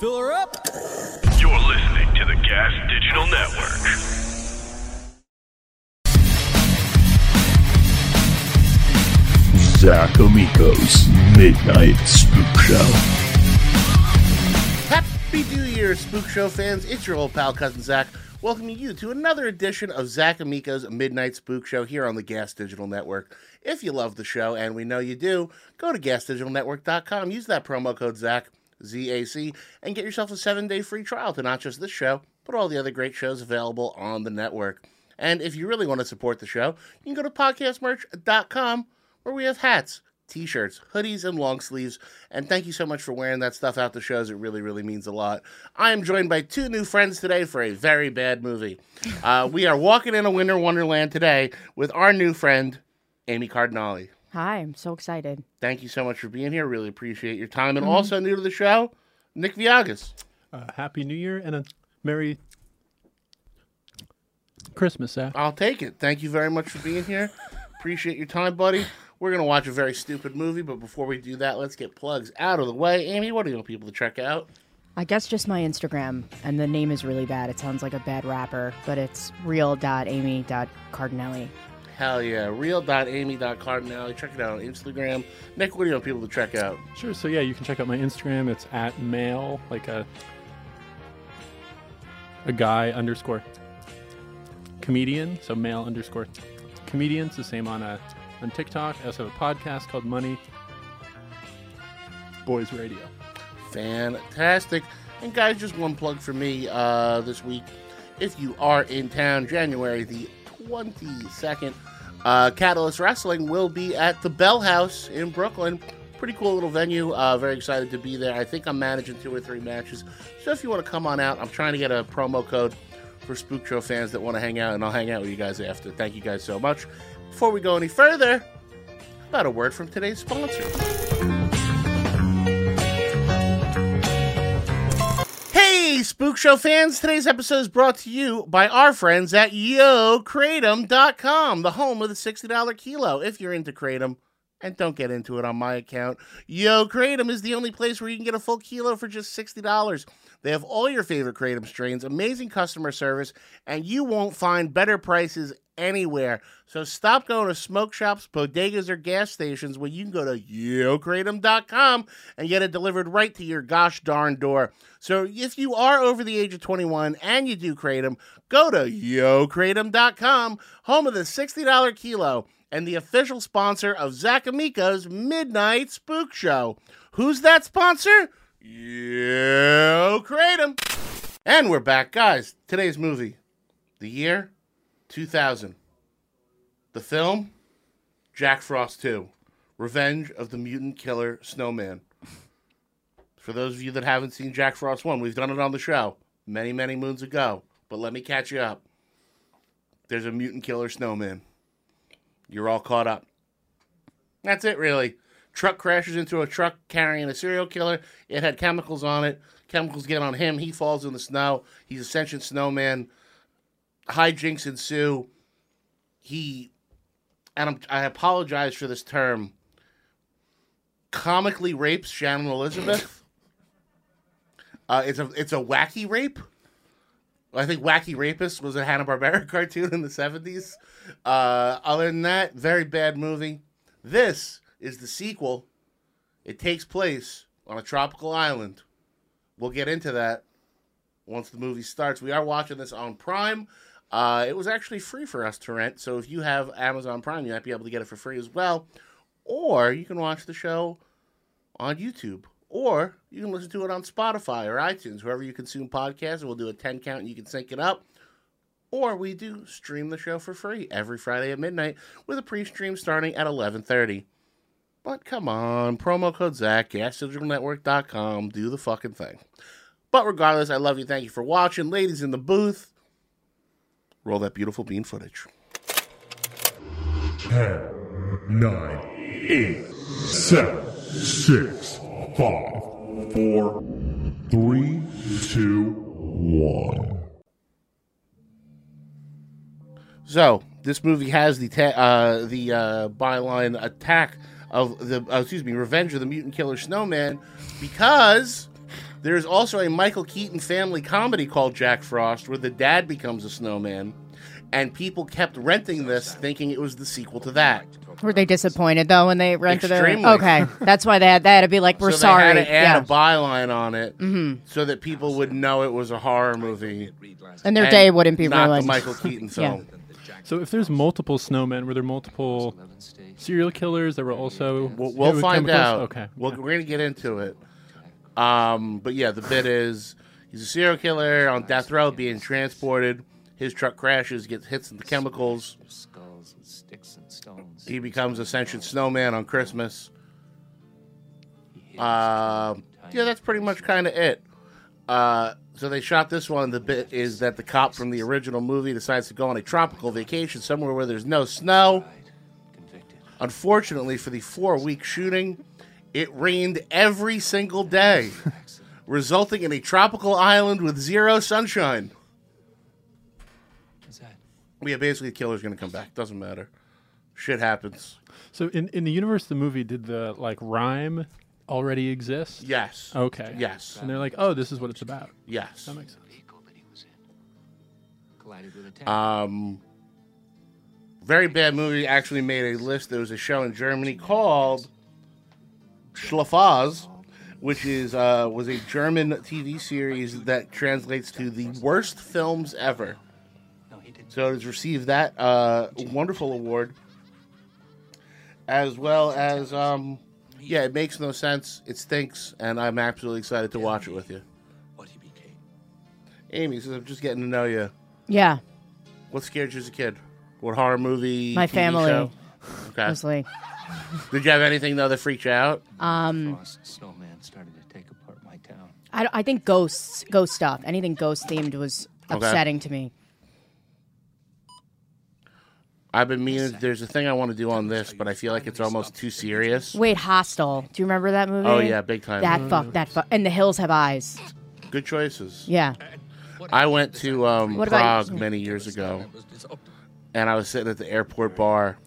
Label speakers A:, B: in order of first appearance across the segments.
A: Fill her up.
B: You're listening to the Gas Digital Network.
C: Zach Amico's Midnight Spook Show.
D: Happy New Year, Spook Show fans. It's your old pal, Cousin Zach, welcoming you to another edition of Zach Amico's Midnight Spook Show here on the Gas Digital Network. If you love the show, and we know you do, go to gasdigitalnetwork.com, use that promo code Zach, Z-A-C, and get yourself a seven-day free trial to not just this show, but all the other great shows available on the network. And if you really want to support the show, you can go to podcastmerch.com where we have hats, t-shirts, hoodies, and long sleeves. And thank you so much for wearing that stuff out to shows. It really, really means a lot. I am joined by two new friends today for a very bad movie. Uh, we are walking in a winter wonderland today with our new friend, Amy Cardinale.
E: Hi, I'm so excited.
D: Thank you so much for being here. Really appreciate your time. And also new to the show, Nick Viagas.
F: Uh, Happy New Year and a Merry Christmas, Zach.
D: I'll take it. Thank you very much for being here. Appreciate your time, buddy. We're going to watch a very stupid movie, but before we do that, let's get plugs out of the way. Amy, what do you want people to check out?
E: I guess just my Instagram, and the name is really bad. It sounds like a bad rapper, but it's E real.amy.cardinelli.
D: Hell yeah. E Real.amy.cardinale. Check it out on Instagram. Nick, what do you want people to check out?
F: Sure. So yeah, you can check out my Instagram. It's at mail like a a guy underscore comedian. So male underscore comedians. The same on a on TikTok. I also have a podcast called Money Boys Radio.
D: Fantastic. And guys, just one plug for me uh, this week. If you are in town, January the 22nd, uh, Catalyst Wrestling will be at the Bell House in Brooklyn. Pretty cool little venue. Uh, very excited to be there. I think I'm managing two or three matches. So if you want to come on out, I'm trying to get a promo code for Spook Show fans that want to hang out, and I'll hang out with you guys after. Thank you guys so much. Before we go any further, how about a word from today's sponsor. Hey, Spook Show fans! Today's episode is brought to you by our friends at YoKratom.com, the home of the $60 kilo. If you're into Kratom, and don't get into it on my account, Yo Kratom is the only place where you can get a full kilo for just $60. They have all your favorite Kratom strains, amazing customer service, and you won't find better prices anywhere. So stop going to smoke shops, bodegas, or gas stations when you can go to YoKratom.com and get it delivered right to your gosh darn door. So if you are over the age of 21 and you do Kratom, go to YoKratom.com, home of the $60 kilo and the official sponsor of Zach Amico's Midnight Spook Show. Who's that sponsor? Yo, Kratom. And we're back, guys. Today's movie, the year 2000. The film, Jack Frost 2, Revenge of the Mutant Killer Snowman. For those of you that haven't seen Jack Frost 1, we've done it on the show many, many moons ago. But let me catch you up. There's a mutant killer snowman. You're all caught up. That's it, really. Truck crashes into a truck carrying a serial killer. It had chemicals on it. Chemicals get on him. He falls in the snow. He's a sentient snowman. Hijinks ensue. He, and I'm, I apologize for this term, comically rapes Shannon Elizabeth. Uh, it's a it's a wacky rape. I think Wacky Rapist was a Hanna Barbera cartoon in the seventies. Uh, other than that, very bad movie. This is the sequel. It takes place on a tropical island. We'll get into that once the movie starts. We are watching this on Prime. Uh, it was actually free for us to rent, so if you have Amazon Prime, you might be able to get it for free as well. Or you can watch the show on YouTube, or you can listen to it on Spotify or iTunes, wherever you consume podcasts. We'll do a 10 count and you can sync it up. Or we do stream the show for free every Friday at midnight with a pre-stream starting at 11:30. But come on, promo code Zach, gasdigitalnetwork.com. Do the fucking thing. But regardless, I love you. Thank you for watching. Ladies in the booth, roll that beautiful bean footage.
C: 10, 9, 8, 7, 6, 5, 4, 3, 2, 1.
D: So this movie has the ta- uh, the uh, byline attack of the uh, excuse me, Revenge of the Mutant Killer Snowman, because there is also a Michael Keaton family comedy called Jack Frost, where the dad becomes a snowman, and people kept renting this thinking it was the sequel to that.
E: Were they disappointed though when they rented it?
D: Extremely.
E: Okay, that's why they had that. It'd be like we're
D: so
E: sorry. Mm-hmm.
D: They had to add
E: yeah.
D: a byline on it so that people would know it was a horror movie.
E: and their
D: and
E: day wouldn't be
D: not
E: ruined.
D: the Michael Keaton film.
F: So if there's multiple snowmen, were there multiple serial killers that were also
D: We'll, we'll
F: with
D: find
F: chemicals?
D: out.
F: Okay.
D: We'll, we're going to get into it. Um, but yeah, the bit is he's a serial killer on death row being transported. His truck crashes, gets hits with the chemicals. He becomes a sentient snowman on Christmas. Uh, yeah, that's pretty much kind of it. Uh, so they shot this one. The bit is that the cop from the original movie decides to go on a tropical vacation somewhere where there's no snow. Unfortunately, for the four week shooting, it rained every single day, resulting in a tropical island with zero sunshine. Yeah, basically, the killer's going to come back. Doesn't matter. Shit happens.
F: So in, in the universe of the movie, did the like rhyme already exist?
D: Yes.
F: Okay.
D: Yes.
F: And they're like, oh, this is what it's about.
D: Yes.
F: That makes sense.
D: Um, very bad movie. Actually, made a list. There was a show in Germany called Schlafaz, which is uh, was a German TV series that translates to the worst films ever. So it has received that uh, wonderful award, as well as um, yeah, it makes no sense. It stinks, and I'm absolutely excited to watch it with you. Amy says, "I'm just getting to know you."
E: yeah,
D: What scared you as a kid? What horror movie?
E: My
D: TV
E: family.
D: show? Okay.
E: mostly.
D: Did you have anything though that freaked you out?
G: Hmm. snowman started to take apart my town.
E: I, I think ghosts, ghost stuff, anything ghost themed was
D: Okay.
E: upsetting to me.
D: I've been meaning. There's a thing I want to do on this, but I feel like it's almost too serious.
E: Wait, Hostel. Do you remember that movie?
D: Oh yeah, big time.
E: That fuck, that fuck, and the hills have eyes.
D: Good choices.
E: Yeah,
D: I went to um,
E: What about-
D: Prague many years ago, and I was sitting at the airport bar,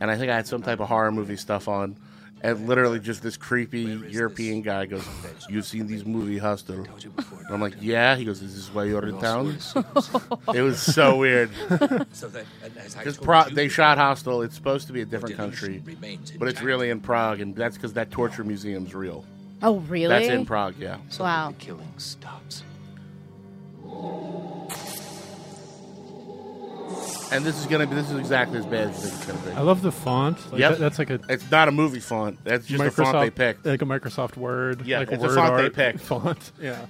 D: and I think I had some type of horror movie stuff on, and literally just this creepy European guy goes, "You've seen these movie Hostel?" And I'm like, "Yeah." He goes, "Is this why you're in town?" It was so weird. Just Prague. They shot Hostel. It's supposed to be a different country, but it's really in Prague, and that's because that torture museum's real.
E: Oh, really?
D: That's in Prague. Yeah.
E: Wow.
G: Killing stops.
D: And this is gonna be. This is exactly as bad as it's gonna be.
F: I love the font. Like,
D: Yep.
F: that- that's like a
D: It's not a movie font. That's just
F: Microsoft uh,
D: the font they picked.
F: Like a Microsoft Word.
D: Yeah,
F: like
D: it's a
F: word
D: font they
F: art
D: picked.
F: Font. Yeah.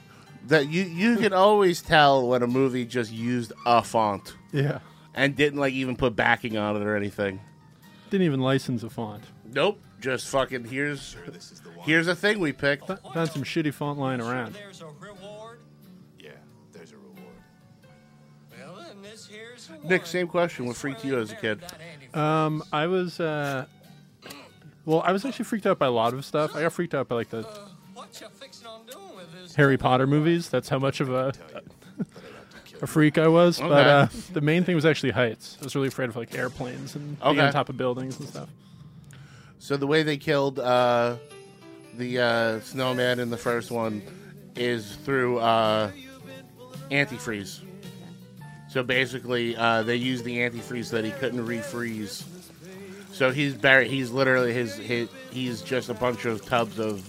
D: That you you can always tell when a movie just used a font
F: Yeah.
D: and didn't like even put backing on it or anything.
F: Didn't even license a font.
D: Nope, just fucking here's here's a thing we picked.
F: F- Found some shitty font lying around.
G: There's a reward.
H: Yeah, there's a reward.
G: Well, then this here's a
D: Nick, same question. What freaked you as a kid?
F: Um, I was. Uh, well, I was actually freaked out by a lot of stuff. I got freaked out by like the
G: What you fixing on doing with this?
F: Harry Potter movies. That's how much of a a freak I was. But
D: Okay.
F: uh, the main thing was actually heights. I was really afraid of like airplanes and being
D: Okay.
F: on top of buildings and stuff.
D: So the way they killed uh, the uh, snowman in the first one is through uh, antifreeze. So basically, uh, they used the antifreeze that he couldn't refreeze. So he's buried. He's literally his, his. He's just a bunch of tubs of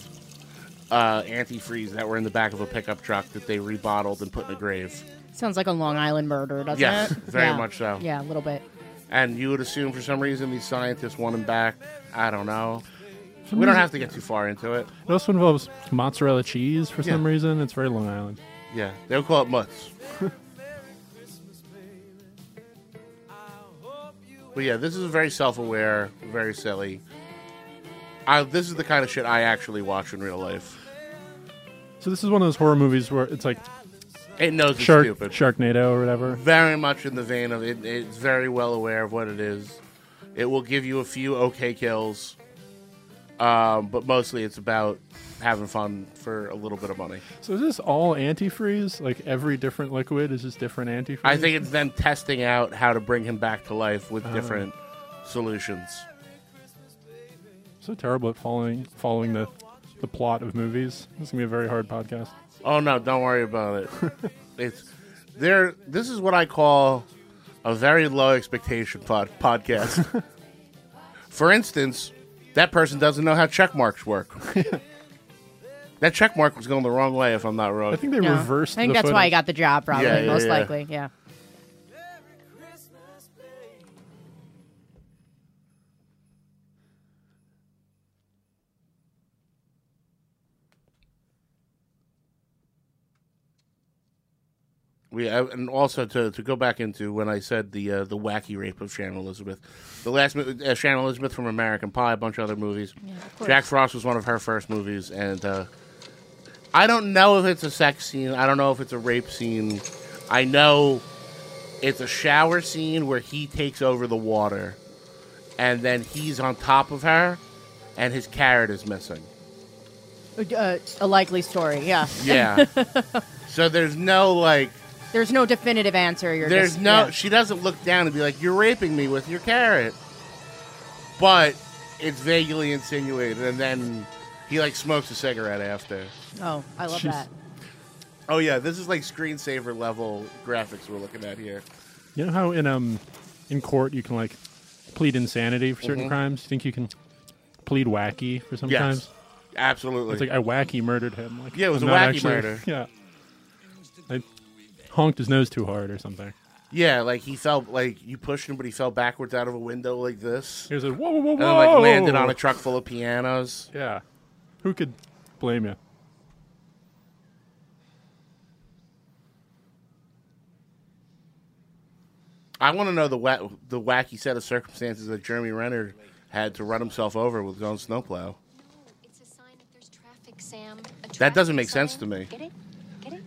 D: uh, antifreeze that were in the back of a pickup truck that they rebottled and put in a grave.
E: Sounds like a Long Island murder, doesn't
D: Yeah,
E: it?
D: very much so.
E: Yeah, a little bit.
D: And you would assume for some reason these scientists want him back. I don't know.
F: For some
D: We don't
F: reason-
D: have to get too far into it.
F: It also involves mozzarella cheese for some
D: Yeah.
F: reason. It's very Long Island.
D: Yeah, they'll call it mutts. but yeah, this is very self-aware, very silly. I, this is the kind of shit I actually watch in real life.
F: So this is one of those horror movies where it's like
D: It knows it's
F: Shark
D: stupid.
F: Sharknado or whatever.
D: Very much in the vein of it. It's very well aware of what it is. It will give you a few okay kills, um, but mostly it's about having fun for a little bit of money.
F: So is this all antifreeze? Like every different liquid is just different antifreeze.
D: I think it's them testing out how to bring him back to life with different solutions.
F: so terrible at following following the the plot of movies. This is gonna be a very hard podcast.
D: Oh no, don't worry about it. it's there. This is what I call a very low expectation pod, podcast. For instance, that person doesn't know how check marks work. that check mark was going the wrong way, if I'm not wrong.
F: I think they
I: No.
F: reversed.
I: I think
F: the
I: that's why I
F: footage.
I: got the job, probably,
D: Yeah, yeah,
I: most
D: yeah.
I: likely. Yeah.
D: we uh, and also to, to go back into when I said the uh, the wacky rape of Sharon Elizabeth, the last mo- uh, Sharon Elizabeth from American Pie, a bunch of other movies. Jack Frost was one of her first movies, and uh, I don't know if it's a sex scene. I don't know if it's a rape scene. I know it's a shower scene where he takes over the water, and then he's on top of her, and his carrot is missing.
I: Uh, a likely story, yeah.
D: Yeah. so there's no like
I: There's no definitive answer. You're
D: There's
I: just,
D: no.
I: yeah.
D: She doesn't look down and be like, "You're raping me with your carrot," but it's vaguely insinuated, and then he like smokes a cigarette after.
I: Oh, I love
F: She's-
I: that.
D: Oh yeah, this is like screensaver level graphics we're looking at here.
F: You know how in um in court you can like plead insanity for certain crimes. You think you can plead wacky for some
D: Mm-hmm. Yes,
F: crimes?
D: absolutely.
F: It's like uh, I wacky murdered him. Like
D: Yeah, it was
F: I'm
D: a
F: not
D: wacky
F: actually-
D: murder.
F: Yeah, I honked his nose too hard or something.
D: yeah, like he fell like you pushed him, but he fell backwards out of a window like this,
F: He was like, whoa, whoa, whoa,
D: and then like
F: whoa.
D: landed on a truck full of pianos.
F: Yeah, who could blame you?
D: I want to know the wa- the wacky set of circumstances that Jeremy Renner had to run himself over with his own snowplow.
J: It's a sign that there's traffic, Sam. A
D: That doesn't
J: traffic
D: make sense
J: sign.
D: to me.
J: Get it? Get it?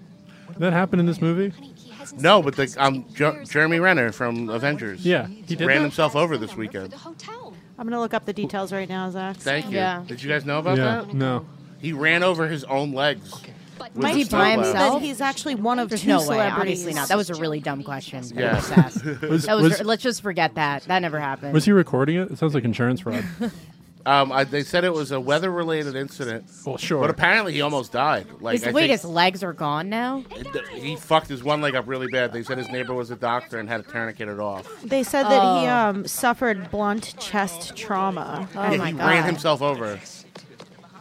F: Did that happen in this movie?
J: Honey, he hasn't
D: No,
J: seen
D: but the
J: coast
D: um,
J: in
D: Jer-
J: years.
D: Jeremy Renner from Avengers.
F: Yeah, he did.
D: Ran
F: that?
D: himself over this
J: Number for
D: weekend.
J: the hotel.
G: I'm gonna look up the details right now, Zach.
D: Thank you.
I: Yeah.
D: Did you guys know about
F: Yeah,
D: that?
F: no.
D: He ran over his own legs.
J: But
D: Was
J: Mike-
D: it
I: he by
D: snowplow?
I: himself?
G: That he's actually one of
I: There's
G: two
I: no way.
G: celebrities.
I: Obviously not. That was a really dumb question. that we
D: Yeah.
I: just asked.
F: Was,
I: That was,
F: was,
I: let's just forget that. That never happened.
F: was he recording it? It sounds like insurance fraud.
D: Um, I, they said it was a weather-related incident,
F: well, sure.
D: but apparently he almost died. Like,
I: His-
D: I
I: wait,
D: think
I: his legs are gone now?
D: he fucked his one leg up really bad. They said his neighbor was a doctor and had to tourniquet it off.
G: They said that he um, suffered blunt chest trauma, uh,
I: Oh
D: yeah,
I: my
D: he
I: god.
D: ran himself over.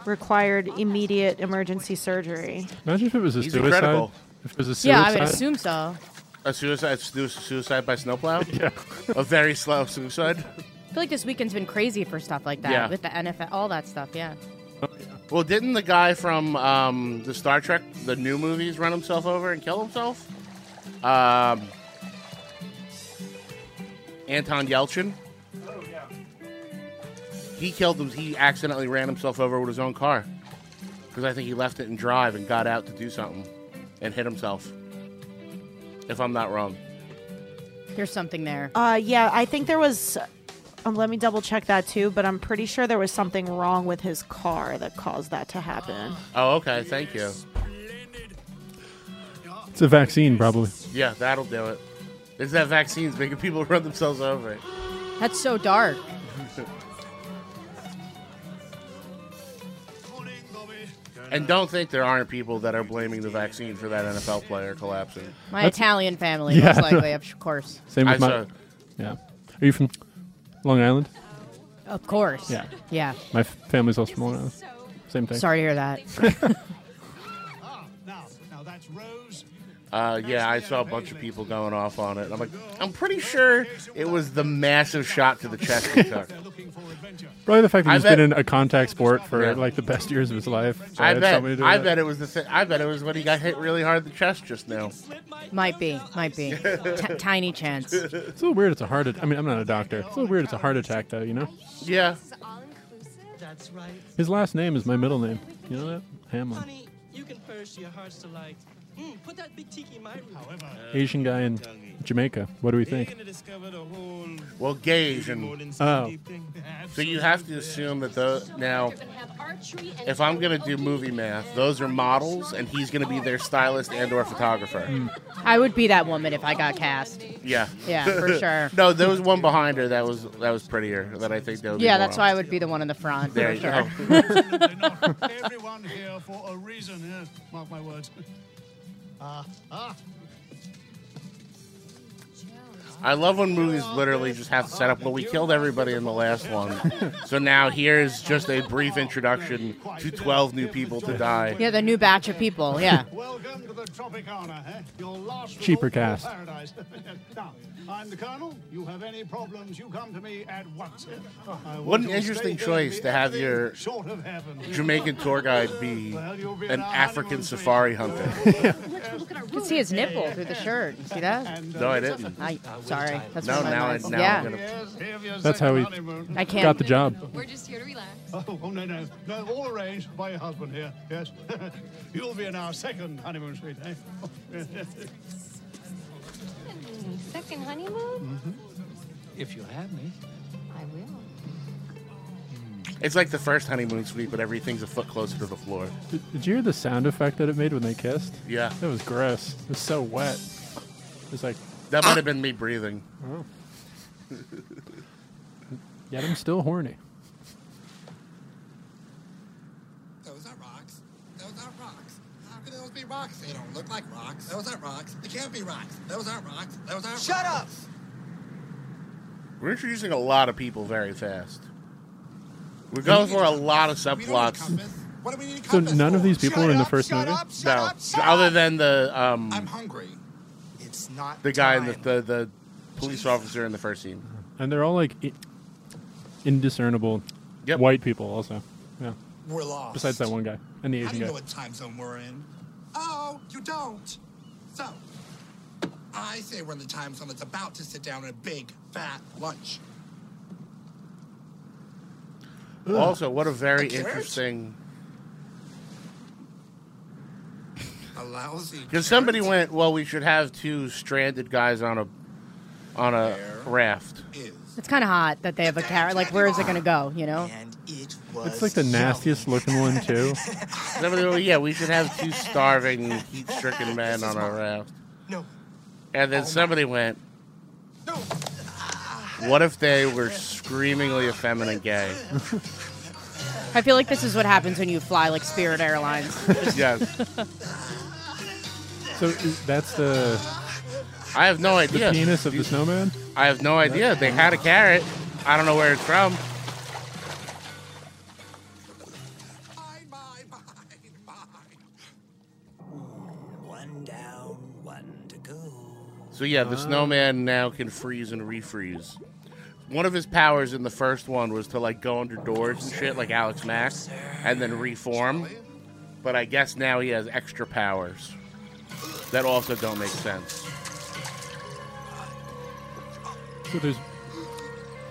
G: required immediate emergency surgery.
F: Imagine if it was a
D: He's
F: suicide.
D: incredible.
F: If it was a suicide.
I: yeah, I would assume so.
D: A suicide, su- suicide by snowplow. yeah, a very slow suicide.
I: I feel like this weekend's been crazy for stuff like that
D: Yeah.
I: with the NFL, all that stuff. Yeah.
D: Well, didn't the guy from um, the Star Trek, the new movies, run himself over and kill himself? Um, Anton Yelchin. He killed him. He accidentally ran himself over with his own car because I think he left it in drive and got out to do something and hit himself. If I'm not wrong,
I: There's something there.
G: Uh, yeah, I think there was. Um, let me double check that too, but I'm pretty sure there was something wrong with his car that caused that to happen.
D: oh okay, thank you.
F: It's a vaccine, probably.
D: Yeah, that'll do it. It's that vaccines making people run themselves over.
I: That's so dark.
D: And don't think there aren't people that are blaming the vaccine for that NFL player collapsing.
I: My
F: That's-
I: Italian family,
F: Yeah.
I: most likely, of course.
F: Same
D: I
F: with my.
D: saw-
F: Yeah. Are you from Long Island?
I: Of course.
F: Yeah.
I: Yeah.
F: My f- family's also from Long Island. Same thing.
I: Sorry to hear that.
D: Uh, yeah, I saw a bunch of people going off on it. I'm like, I'm pretty sure it was the massive shot to the chest he took.
F: Probably the fact that
D: I
F: he's
D: bet-
F: been in a contact sport for
D: Yeah.
F: like the best years of his life. So
D: I
F: had
D: bet,
F: somebody do
D: I
F: that.
D: bet it was the. Th- I bet it was when he got hit really hard in the chest just now.
I: might be. Might be. T- tiny chance.
F: It's a little weird. It's a heart. At- I mean, I'm not a doctor. It's a little weird. It's a heart attack, though. You know.
D: Yeah,
J: This is all inclusive.
K: That's right.
F: His last name is my middle name. You know that? Hamlin.
K: Honey, you can purse your heart's delight. Mm, put that big tiki in my room. However,
F: Asian guy in Jamaica. What do we think?
D: Well, gay Asian.
F: Oh.
D: So you have to assume that the now, if I'm gonna do movie math, those are models, and he's gonna be their stylist and/or photographer.
E: I would be that woman if I got cast.
D: Yeah.
E: Yeah, for sure.
D: no, there was one behind her that was that was prettier. That I think that would be
E: Yeah,
D: more
E: that's
D: on.
E: why I would be the one in the front.
D: There
E: for
D: you
E: sure.
D: go.
K: Everyone here for a reason. Yes, mark my words. Ah, ah.
D: I love when movies literally just have to set up. Well, we killed everybody in the last one, so now here's just a brief introduction to 12 new people to die.
E: yeah, the new batch of people. Yeah.
K: Welcome to the Tropicana, eh? Your last
F: Cheaper
K: resort in
F: cast.
K: paradise. now, I'm the Colonel. You have any problems, you come to me at once. I want
D: What an
K: you to
D: interesting
K: stay here and
D: choice
K: be
D: to have
K: everything
D: your
K: short of heaven.
D: Jamaican tour guide be an African safari hunter.
E: You can see his nipple through the shirt. You see that?
D: No, I didn't.
E: I, sorry. That's
D: No,
E: one of my
D: now I-
E: lines.
D: now I'm
E: yeah.
D: gonna-
F: That's how he
E: I can't.
F: got the job.
L: We're just here to relax.
K: Oh, oh, no, no. No, all arranged by your husband here. Yes. You'll be in our second honeymoon suite, eh?
L: Hmm, Second honeymoon?
G: Mm-hmm. If you have me.
L: I will.
D: It's like the first honeymoon suite, but everything's a foot closer to the floor.
F: Did, did you hear the sound effect that it made when they kissed?
D: Yeah.
F: That was gross. It was so wet. It's like,
D: That might have been me breathing.
F: oh. Yet I'm still horny.
J: Those are rocks. Those are rocks. How can those be rocks? They don't look like rocks. Those aren't rocks. They can't be rocks. Those aren't rocks. Those aren't Shut rocks.
D: We're introducing a lot of people very fast. We're going for a lot of subplots.
F: So none of these people were in the first movie?
D: No, other than the um,
J: hungry. It's not
D: the guy, in the, the the police officer in the first scene.
F: And they're all like i- indiscernible white people, also. Yeah.
J: We're lost.
F: Besides that one guy and the
J: I
F: Asian
J: don't
F: guy.
J: know what time zone we're in. Oh, you don't. So, I say we're in the time zone that's about to sit down at a big fat lunch. Ugh.
D: Also, what a very
J: A carrot?
D: interesting.
J: A lousy.
D: Because somebody went, well, we should have two stranded guys on a on a raft.
E: It's kind of hot that they have a carrot. Like, where is it going to go? You know?
F: It's like the nastiest looking one, too.
D: Somebody went, yeah, we should have two starving, heat-stricken men on a raft.
J: No.
D: And then somebody went, what if they were screamingly effeminate gay?
E: I feel like this is what happens when you fly like Spirit Airlines.
D: yes.
F: So is- that's the
D: I have no
F: the
D: idea.
F: penis of the snowman?
D: I have no idea. They had a carrot. I don't know where it's from.
M: One down, one to go.
D: So yeah, the snowman now can freeze and refreeze. One of his powers in the first one was to like go under doors and shit, like Alex Mack, and then reform. But I guess now he has extra powers that also don't make sense.
F: So there's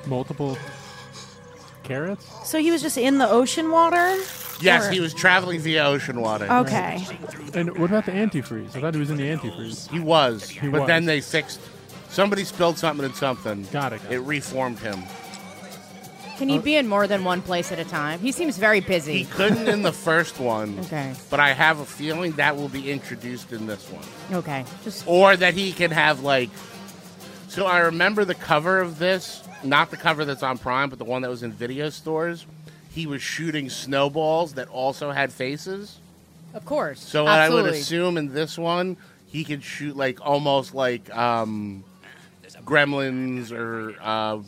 F: multiple carrots?
N: So he was just in the ocean water?
D: Yes,
N: Or-
D: he was traveling via ocean water.
N: Okay.
F: And what about the antifreeze? I thought he was in the antifreeze.
D: He was, but
F: was.
D: then they fixed. Somebody spilled something in something.
F: Got it.
D: It reformed him.
E: Can he be in more than one place at a time? He seems very
D: He
E: busy.
D: couldn't in the first one.
E: Okay.
D: But I have a feeling that will be introduced in this one.
E: Okay. Just
D: or that he can have like so i remember the cover of this not the cover that's on prime but the one that was in video stores he was shooting snowballs that also had faces
E: of course.
D: so what i would
E: Absolutely.
D: assume in this one he can shoot like almost like um gremlins or um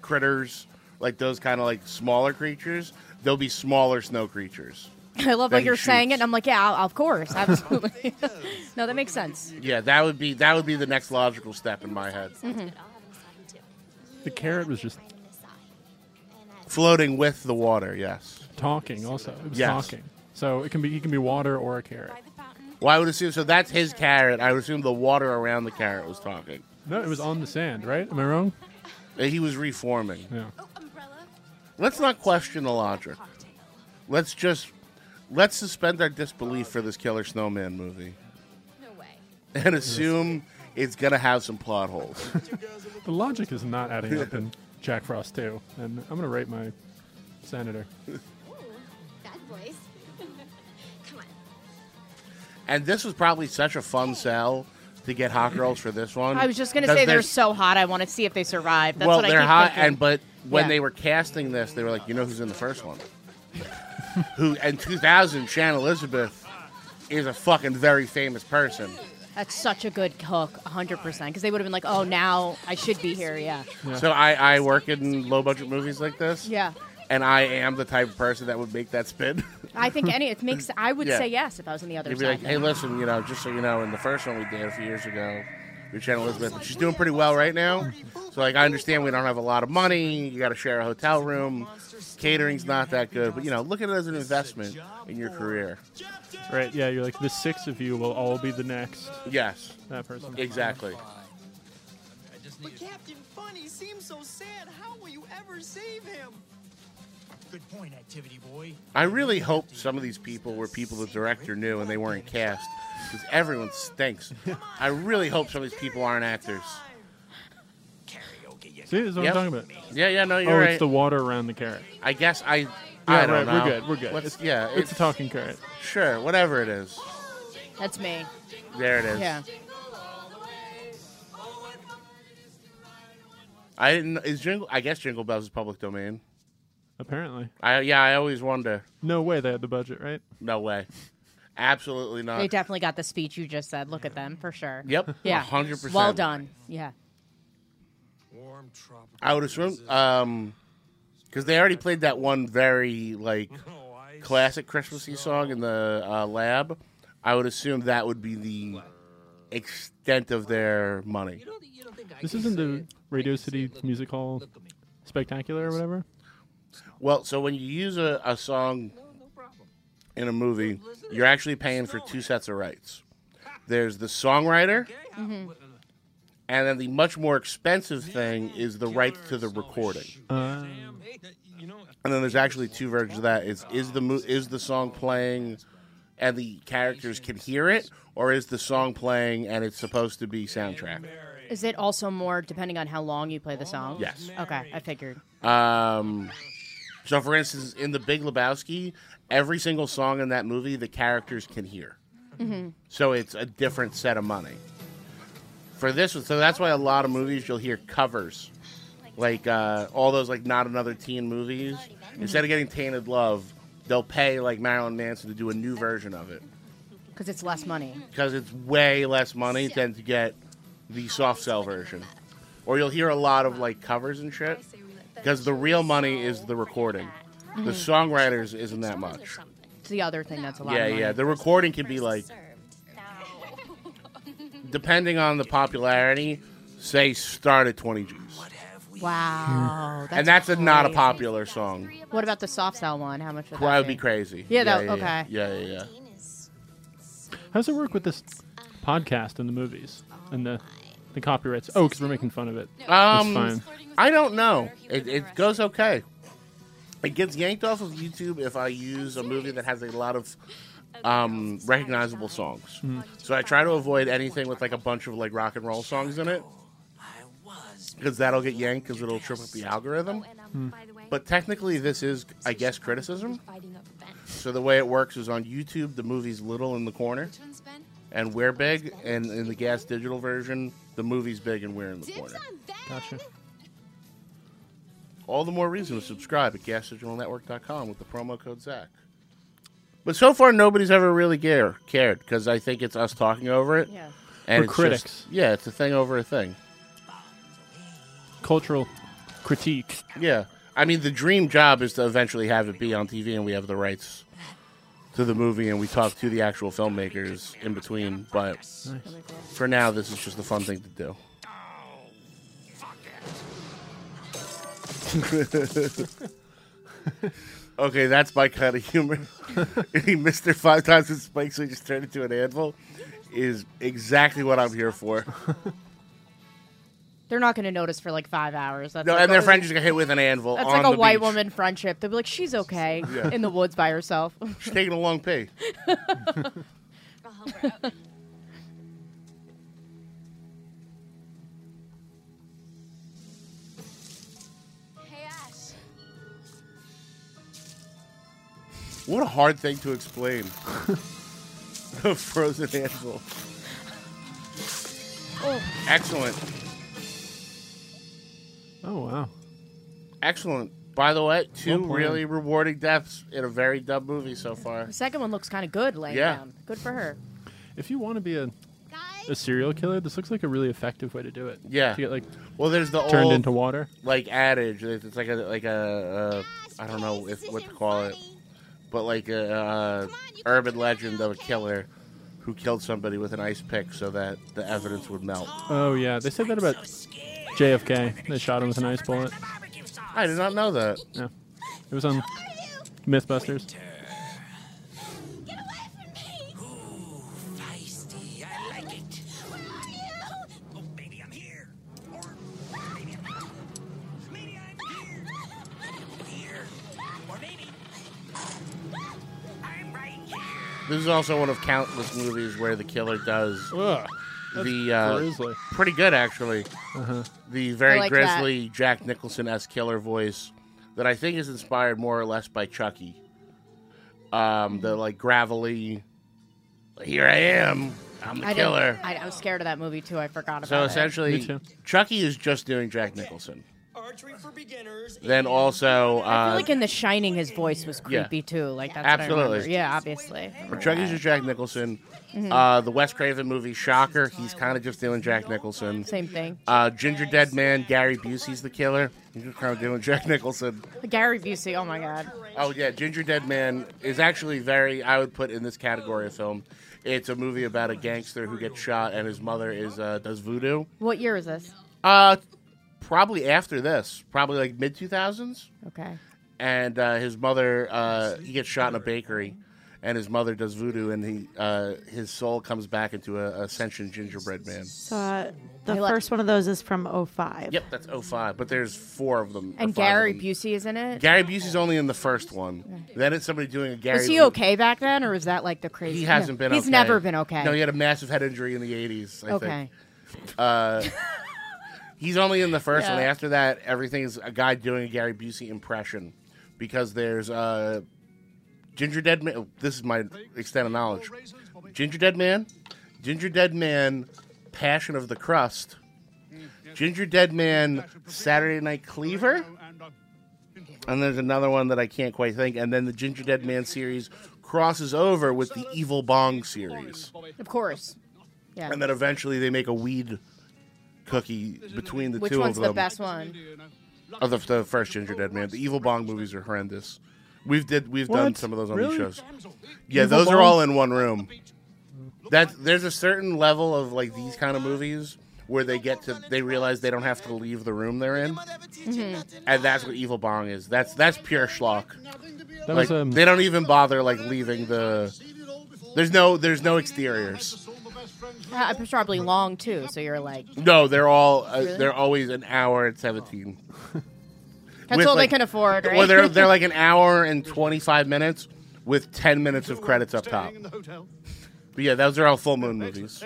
D: critters like those kind of like smaller creatures they'll be smaller snow creatures
E: I love
D: that
E: how
D: he
E: you're saying it.
D: shoots.
E: and I'm like, yeah, I'll- of course, absolutely. no, that makes sense.
D: yeah that would be that would be the next logical step in my head
E: Mhm.
F: The carrot was just
D: floating with the water yes
F: talking also. It was
D: Yes.
F: talking. So it can be it can be water or a carrot.
D: Well, I would assume so. That's his carrot. I would assume the water around the carrot was talking.
F: No, it was on the sand, right? Am I wrong?
D: Uh, He was reforming.
F: Yeah.
D: Let's not question the logic. Let's just let's suspend our disbelief for this Killer Snowman movie. No way. And assume it's gonna have some plot holes.
F: The logic is not adding up in Jack Frost 2, and I'm going to rate my senator.
L: Bad boys. Come on.
D: And this was probably such a fun sell to get hot girls for this one.
I: I was just gonna
D: 'Cause
I: say they're
D: there's-
I: so hot. I want to see if they survive. That's
D: well,
I: what I
D: they're
I: keep
D: hot,
I: thinking.
D: and but when
I: Yeah.
D: they were casting this, they were like, you know who's in the first one? Who in 2000? Shannon Elizabeth is a fucking very famous person.
I: that's such a good hook, 100. percent Because they would have been like, "Oh, now I should be here." Yeah.
D: So I, I work in low budget movies like this.
I: Yeah.
D: And I am the type of person that would make that spin.
I: I think any it makes. I would
D: Yeah.
I: say yes if I was on the other
D: You'd be
I: side.
D: like, hey, listen, you know, just so you know, in the first one we did a few years ago, your channel Elizabeth, she's doing pretty well right now. So, like, I understand we don't have a lot of money. You got to share a hotel room. Catering's not that good. But, you know, look at it as an investment in your career.
F: Right, yeah, you're like, the six of you will all be the next.
D: Yes.
F: That person.
D: Exactly.
O: But Captain Funny seems so sad. How will you ever save him? Good point, activity boy.
D: I really hope some of these people were people the director knew and they weren't cast because everyone stinks. I really hope some of these people aren't actors.
F: See, this is what
D: Yep.
F: I'm talking about.
D: Yeah, yeah, no, you're
F: oh,
D: right.
F: it's the water around the carrot.
D: I guess I.
F: Yeah,
D: I don't
F: right, we're
D: know.
F: good, we're good.
D: What's-
F: It's-
D: yeah,
F: it's a talking carrot.
D: Sure, whatever it is.
I: That's me.
D: There it is.
I: Yeah.
D: I didn't. Is jingle? I guess Jingle Bells is public domain.
F: Apparently.
D: I yeah. I always wonder.
F: No way they had the budget, right?
D: No way. Absolutely not.
I: They definitely got the speech you just said. Look at them for sure.
D: Yep,
I: Yeah.
D: 100%.
I: Well done. Yeah.
D: I would assume, um, because they already played that one very like classic Christmassy song in the uh, lab. I would assume that would be the extent of their money.
F: This isn't the Radio City Music Hall Spectacular or whatever?
D: Well, so when you use a, a song in a movie, you're actually paying for two sets of rights. There's the songwriter, and then the much more expensive thing is the rights to the recording.
F: Uh,
D: And then there's actually two versions of that. Is is the mo- is the song playing, and the characters can hear it, or is the song playing and it's supposed to be soundtrack?
I: Is it also more depending on how long you play the song?
D: Yes.
I: Okay, I figured.
D: Um, so, for instance, in The Big Lebowski, every single song in that movie the characters can hear.
I: Mm-hmm.
D: So it's a different set of money. For this one, so that's why a lot of movies you'll hear covers. Like uh, all those like not another teen movies. Instead of getting Tainted Love, they'll pay like Marilyn Manson to do a new version of it.
I: Because it's less money.
D: Because it's way less money than to get the soft sell version. Or you'll hear a lot of like covers and shit. Because the real money is the recording. The
I: Mhm.
D: songwriters isn't that much.
I: It's the other thing that's a lot.
D: Yeah,
I: of money.
D: yeah. The recording can be like, depending on the popularity, say start at 20 G's.
I: Wow.
D: and that's a, not a
I: crazy.
D: popular song.
I: What about the soft sell one? How much? Would
D: Well, that would
I: be?
D: be crazy.
I: Yeah, that- okay.
D: Yeah, yeah, yeah.
F: How does it work with this podcast and the movies and the the copyrights? Oh, because we're making fun of it.
D: Um,
F: That's fine.
D: I don't know. It, it goes okay. It gets yanked off of YouTube if I use a movie that has a lot of um, recognizable songs.
F: Mhm.
D: So I try to avoid anything with like a bunch of like rock and roll songs in it, because that'll get yanked because it'll trip up the algorithm.
P: um,
F: Hmm.
D: But technically, this is, I guess, criticism. So the way it works is on YouTube, the movie's little in the corner, and we're big. And in the Gas Digital version, the movie's big and we're in the corner.
F: Gotcha.
D: All the more reason to subscribe at gasdigitalnetwork.com with the promo code Zach. But so far, nobody's ever really care, cared because I think it's us talking over it.
I: Yeah.
F: We're
D: And it's just-
F: critics.
D: yeah, it's a thing over a thing.
F: Cultural critique.
D: Yeah. I mean, the dream job is to eventually have it be on TV and we have the rights to the movie and we talk to the actual filmmakers in between. But for now, this is just a fun thing to do.
I: Oh,
D: okay, that's my kind of humor. he missed it five times with spikes, so he just turned into an anvil. Is exactly what I'm here for.
I: They're not going to notice for like five hours. That's
D: No,
I: like
D: and their
I: a-
D: friend just got hit with an anvil
I: That's
D: on
I: like a
D: the
I: white
D: beach.
I: woman friendship. They'll be like, she's okay
D: Yeah.
I: in the woods by herself.
D: She's taking a long pee.
L: Hey, Ash.
D: What a hard thing to explain. A frozen anvil.
I: Oh.
D: Excellent.
F: Oh wow.
D: Excellent. By the way, two
F: Well played.
D: really rewarding deaths in a very dumb movie so far.
I: The second one looks kind of good laying
D: Yeah.
I: down. Good for her.
F: If you want to be a a serial killer, this looks like a really effective way to do it.
D: Yeah. Oh.
F: To get like
D: Well, there's the
F: turned
D: old,
F: into water.
D: like adage. that It's like a like a uh, I don't know if what to call it, but like a uh, urban legend of a killer who killed somebody with an ice pick so that the evidence would melt.
F: Oh yeah, they said that about JFK. They shot him with an ice bullet.
D: I did not know that.
F: Yeah, it was on MythBusters.
M: Feisty, I like it. Where are you? Oh, maybe I'm here. Or maybe I'm not. Maybe I'm here. Here. Or maybe I'm right here.
D: This is also one of countless movies where the killer does
F: Ugh, that's
D: the uh,
F: grisly.
D: pretty good actually.
F: Uh-huh.
D: The very
I: I like that.
D: grisly Jack Nicholson esque killer voice that I think is inspired more or less by Chucky. Um, the like gravelly, here I am, I'm the
I: I didn't-
D: killer.
I: I, I was scared of that movie too. I forgot about
D: So
I: it.
D: essentially, Chucky is just doing Jack Nicholson.
M: Archery for beginners.
D: Then also,
I: I feel
D: uh,
I: like in The Shining, his voice was
D: Yeah.
I: creepy too. Like that's What I
D: Absolutely.
I: remember. yeah, obviously.
D: Or uh, Chucky's just Jack Nicholson.
I: Mhm.
D: Uh, the Wes Craven movie Shocker, he's kind of just doing Jack Nicholson.
I: Same thing.
D: Uh, Ginger Dead Man, Gary Busey's the killer. He's just kind of doing Jack Nicholson.
I: Gary Busey. Oh my God.
D: Oh yeah, Ginger Dead Man is actually very I would put in this category of film. It's a movie about a gangster who gets shot and his mother is uh, does voodoo.
I: What year is this?
D: Uh, probably after this, probably like mid two thousands.
I: Okay.
D: and uh, his mother uh, he gets shot in a bakery and his mother does voodoo and he uh, his soul comes back into a, a sentient gingerbread man
N: So uh, the
I: Hey, look.
N: first one of those is from 05.
D: yep that's 05 but there's four of them or
I: And
D: five of
I: Gary
D: them.
I: Busey is in it.
D: Gary Busey's only in the first one then it's somebody doing a Gary
I: was he
D: Busey-
I: okay back then, or is that like the crazy?
D: he hasn't been
I: He's
D: okay.
I: never been okay.
D: no he had a massive head injury in the 80s I
I: Okay.
D: think uh He's only in the first one.
I: Yeah.
D: After that, everything is a guy doing a Gary Busey impression because there's uh, Ginger Dead Man. oh, this is my extent of knowledge. Ginger Dead Man, Ginger Dead Man, Passion of the Crust, Ginger Dead Man, Saturday Night Cleaver, and there's another one that I can't quite think. And then the Ginger Dead Man series crosses over with the Evil Bong series.
I: Of course. Yeah.
D: And then eventually they make a weed cookie between the
I: Which
D: two
I: one's
D: of them.
I: the best one?
D: Of the, the first Ginger Dead Man, the Evil Bong movies are horrendous. We've did we've done
F: What?
D: some of those on
F: Really?
D: these shows. Yeah,
F: Evil
D: those are
F: Bong?
D: all in one room. That there's a certain level of like these kind of movies where they get to they realize they don't have to leave the room they're in,
I: Mm-hmm.
D: and that's what Evil Bong is. That's that's pure schlock.
F: That
D: Like,
F: was, um,
D: they don't even bother like leaving the. There's no there's no exteriors.
I: Uh, it's probably long too. So you're like,
D: No, they're all uh,
I: Really?
D: they're always an hour and seventeen.
I: That's
D: With,
I: all they can afford, right?
D: Well, they're they're like an hour and twenty five minutes with ten minutes of credits up top. But yeah, those are all full moon movies.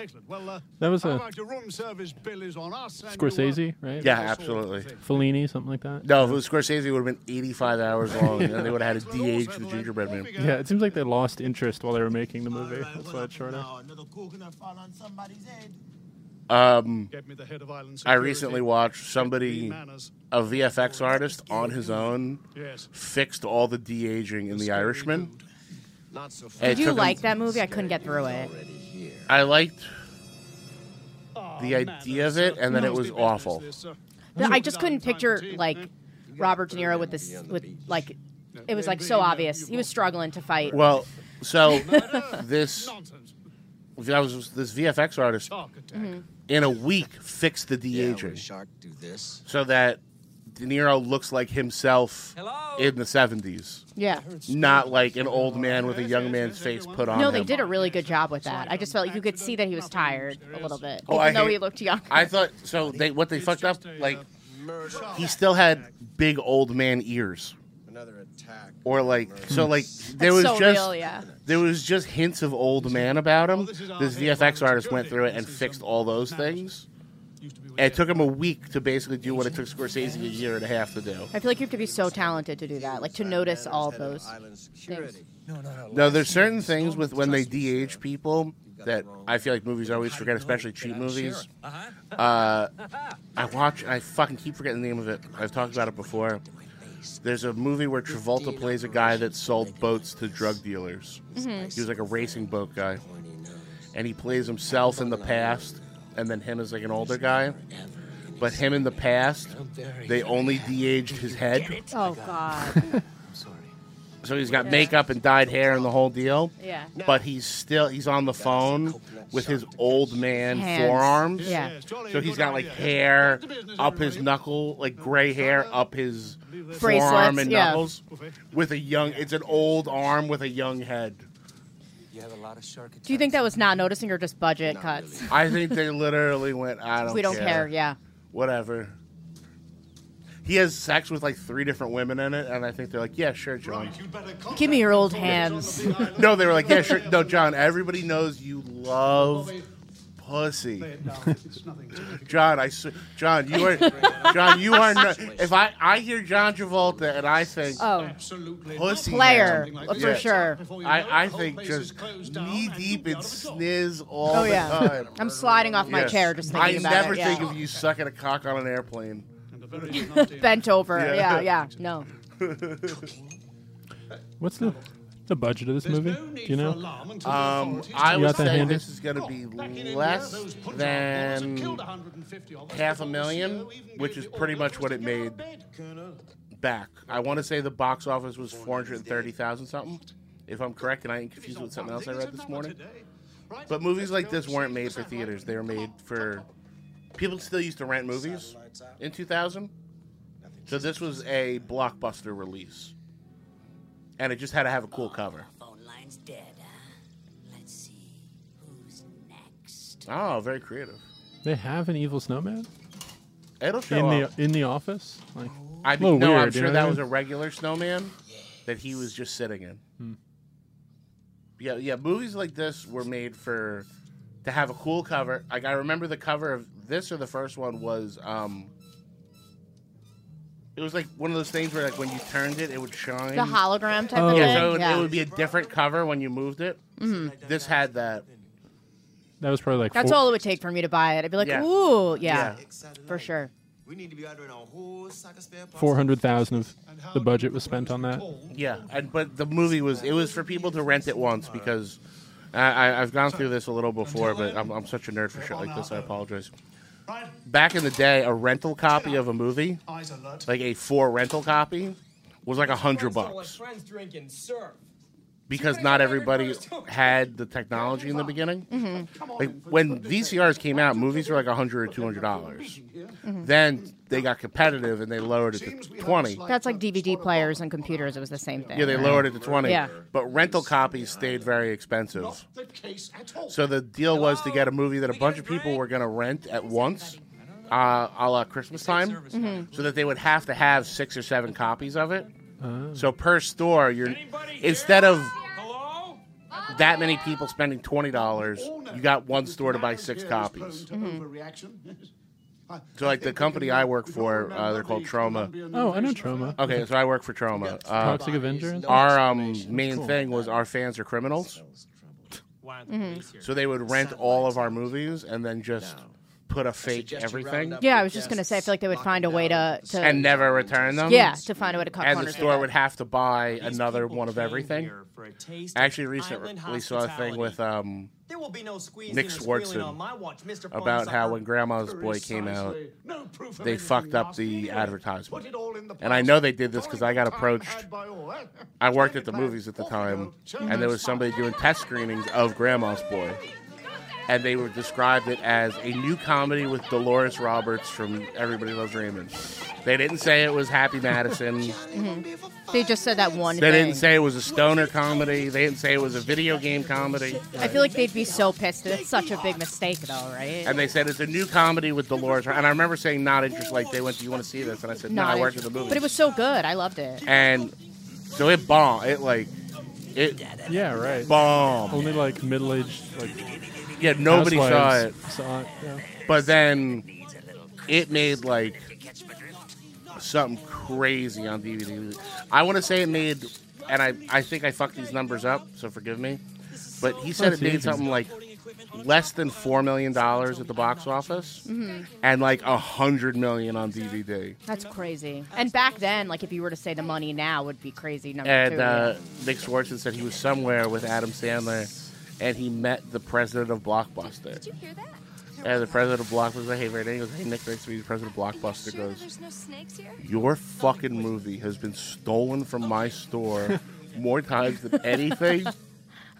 F: That was a
K: uh, Your room service bill is on us. and you, uh,
F: Scorsese, right?
D: Yeah, absolutely.
F: Fellini, something like that.
D: No, if it was Scorsese, it would have been eighty five hours long, and they would have had to de-age the gingerbread man.
F: Yeah, it seems like they lost interest while they were making the movie. That's why it's shorter.
D: Um,
K: Get me the head of Island
D: I
K: Security.
D: recently watched somebody, a VFX artist on his own,
K: Yes.
D: fixed all the de aging in The Irishman.
M: Not so
D: And it
I: did you
D: took him-
I: like that movie? I couldn't get through it.
D: I liked the idea of it, and then it was awful.
K: uh,
I: Th- I just couldn't picture like Robert De Niro with this with like it was like so obvious. He was struggling to fight.
D: Well, so this I was this VFX artist Mm-hmm.
I: Mhm.
D: in a week fixed the de aging
M: Shark do this.
D: so that De Niro looks like himself in the 70s.
I: Yeah.
D: Not like an old man with a young man's face put on
I: No,
D: him.
I: they did a really good job with that. I just felt like you could see that he was tired a little bit,
D: Oh,
I: even
D: I
I: though
D: hate-
I: he looked young.
D: I thought so. They what they fucked up like he still had big old man ears.
J: Another attack.
D: Or like so like there
I: That's
D: was
I: so
D: just
I: real, yeah.
D: there was just hints of old man about him. This VFX artist went through it and fixed all those things. And it took him a week to basically do what it took Scorsese a year and a half to do.
I: I feel like you have to be so talented to do that, like to notice all of those. things.
D: No, there's certain things with when they DH people that I feel like movies always forget, especially cheap movies. Uh, I watch, I fucking keep forgetting the name of it. I've talked about it before. There's a movie where Travolta plays a guy that sold boats to drug dealers.
M: Mhm.
D: He was like a racing boat guy, and he plays himself in the past, and then him as like an older guy. But him in the past, they only de-aged his head.
I: Oh God.
D: So he's got
I: Yeah.
D: makeup and dyed hair and the whole deal.
I: Yeah.
D: But he's still he's on the phone with his old man
I: Hands.
D: forearms.
I: Yeah.
D: So he's got like hair up his knuckle, like gray hair up his forearm
I: Bracelets,
D: and
I: yeah.
D: knuckles with a young it's an old arm with a young head.
G: You have a lot of shark
I: Do you think that was not noticing or just budget cuts?
D: I think they literally went I don't
I: We don't care, yeah.
D: Whatever. He has sex with like three different women in it, and I think they're like, yeah, sure, John.
I: Give me your old hams.
D: No, they were like, yeah, sure. No, John, everybody knows you love pussy. John, I swear, John, you are, John, you are not. If I, I hear John Travolta and I think,
I: Oh,
D: pussy
I: player,
D: man.
I: uh, for sure.
D: I, I think just knee deep in sniz all
I: Oh
D: the
I: yeah.
D: time.
I: I'm sliding off my
D: Yes.
I: chair just thinking
D: I
I: about
D: never
I: it.
D: think
I: yeah.
D: of you sucking a cock on an airplane.
I: Bent over. Yeah,
D: Yeah.
I: yeah. No.
F: What's the the budget of this movie? Do you know?
K: Ah,
D: Um, I
F: You
D: would
F: got that
D: say
F: handy?
D: this is going to be less than half a million, which is pretty much what it made back. I want to say the box office was four hundred thirty thousand something, if I'm correct, and I ain't confused with something else I read this morning. But movies like this weren't made for theaters; they were made for people still used to rent movies in two thousand. So this was a blockbuster release, and it just had to have a cool cover.
M: Phone line's dead. Let's see who's next.
D: Oh, very creative.
F: They have an evil snowman
D: It'll
F: in
D: show
F: the
D: up.
F: in the office. Like,
D: I
F: a little
D: no, I'm
F: weird, you
D: sure
F: know
D: that
F: what I
D: was a
F: mean?
D: regular snowman that he was just sitting in.
F: Hmm.
D: Yeah, yeah. Movies like this were made for to have a cool cover. Like I remember the cover of this or the first one was um it was like one of those things where like when you turned it it would shine.
I: The hologram type of
D: yeah,
I: thing.
D: so it would,
I: yeah.
D: it would be a different cover when you moved it.
I: Mhm.
D: This had that.
F: That was probably like
I: That's
F: four-
I: all it would take for me to buy it. I'd be like,
D: Yeah.
I: ooh, yeah, for sure.
F: four hundred thousand of the budget was spent on that.
D: Yeah, and but the movie was it was for people to rent it once because I, I, I've gone through this a little before, but I'm, I'm such a nerd for shit like this. I apologize. Back in the day, a rental copy of a movie, like a four rental copy, was like a hundred bucks
M: friends drink and serve.
D: because not everybody had the technology in the beginning. Like when VCRs came out, movies were like a hundred or two hundred dollars. Then they got competitive and they lowered it to twenty.
I: That's like DVD players and computers. It was the same thing.
D: Yeah, they
I: right?
D: lowered it to 20.
I: Yeah.
D: But rental copies stayed very expensive. So the deal was to get a movie that a bunch of people were going to rent at once, uh, a la Christmas time,
M: Mhm.
D: so that they would have to have six or seven copies of it. So per store, you're instead of that many people spending twenty dollars, you got one store to buy six copies. Mm-hmm. So like the company I work for, uh, they're called Trauma.
F: Oh, I know trauma.
D: Okay, so I work for Trauma. Uh,
F: Toxic Avenger and stuff?
D: Our um, main
F: Cool.
D: thing was our fans are criminals,
I: Mm-hmm.
M: Mhm.
D: so they would rent all of our movies and then just put a fake everything
I: Yeah, I was just gonna say. I feel like they would find a way to. to
D: and never return them.
I: Yeah, to find a way to cut
D: And the
I: corners with
D: store
I: it.
D: would have to buy another one of everything. I actually recently saw a thing with um,
M: There will be no squeezing
D: Nick
M: or squealing on my watch,
D: Swartzen
M: Mr.
D: about how
M: Bonsucker.
D: when Grandma's Boy came out,
M: proof of
D: they
M: anything
D: fucked up the advertisement. And I know they did this because I got approached. I worked at the movies at the time, and there was somebody doing test screenings of Grandma's Boy. And they were described it as a new comedy with Dolores Roberts from Everybody Loves Raymond. They didn't say it was Happy Madison.
I: Mhm. They just said that one
D: They
I: thing.
D: didn't say it was a stoner comedy. They didn't say it was a video game comedy.
I: I feel like they'd be so pissed. That's such a big mistake, though, right?
D: And they said it's a new comedy with Dolores. Hart. And I remember saying not interested. Like they went, "Do you want to see this?" And I said, "No,
I: Not
D: I work at
I: inter-
D: the movie."
I: But it was so good. I loved it.
D: and so it bombed. It like it.
F: Yeah, right.
D: Bomb.
F: Only like middle-aged like.
D: Yeah, nobody saw it.
F: housewives Saw it. yeah.
D: But then it made like something crazy on DVD. I want to say it made, and I, I think I fucked these numbers up, so forgive me. But he said
F: That's
D: it made
F: easy.
D: something like less than four million dollars at the box office,
F: Mm-hmm.
I: Mhm.
D: and like a hundred million on DVD.
I: That's crazy. And back then, like if you were to say the money now would be crazy number
D: And
I: two.
D: uh, Nick Swartzen said he was somewhere with Adam Sandler, and he met the president of Blockbuster. Did you hear that? And the president of Blockbuster, goes, hey, Ray, he goes, hey, Nick, nice to meet you. The president of Blockbuster goes,
L: There's no snakes here?
D: Your fucking movie has been stolen from my store more times than anything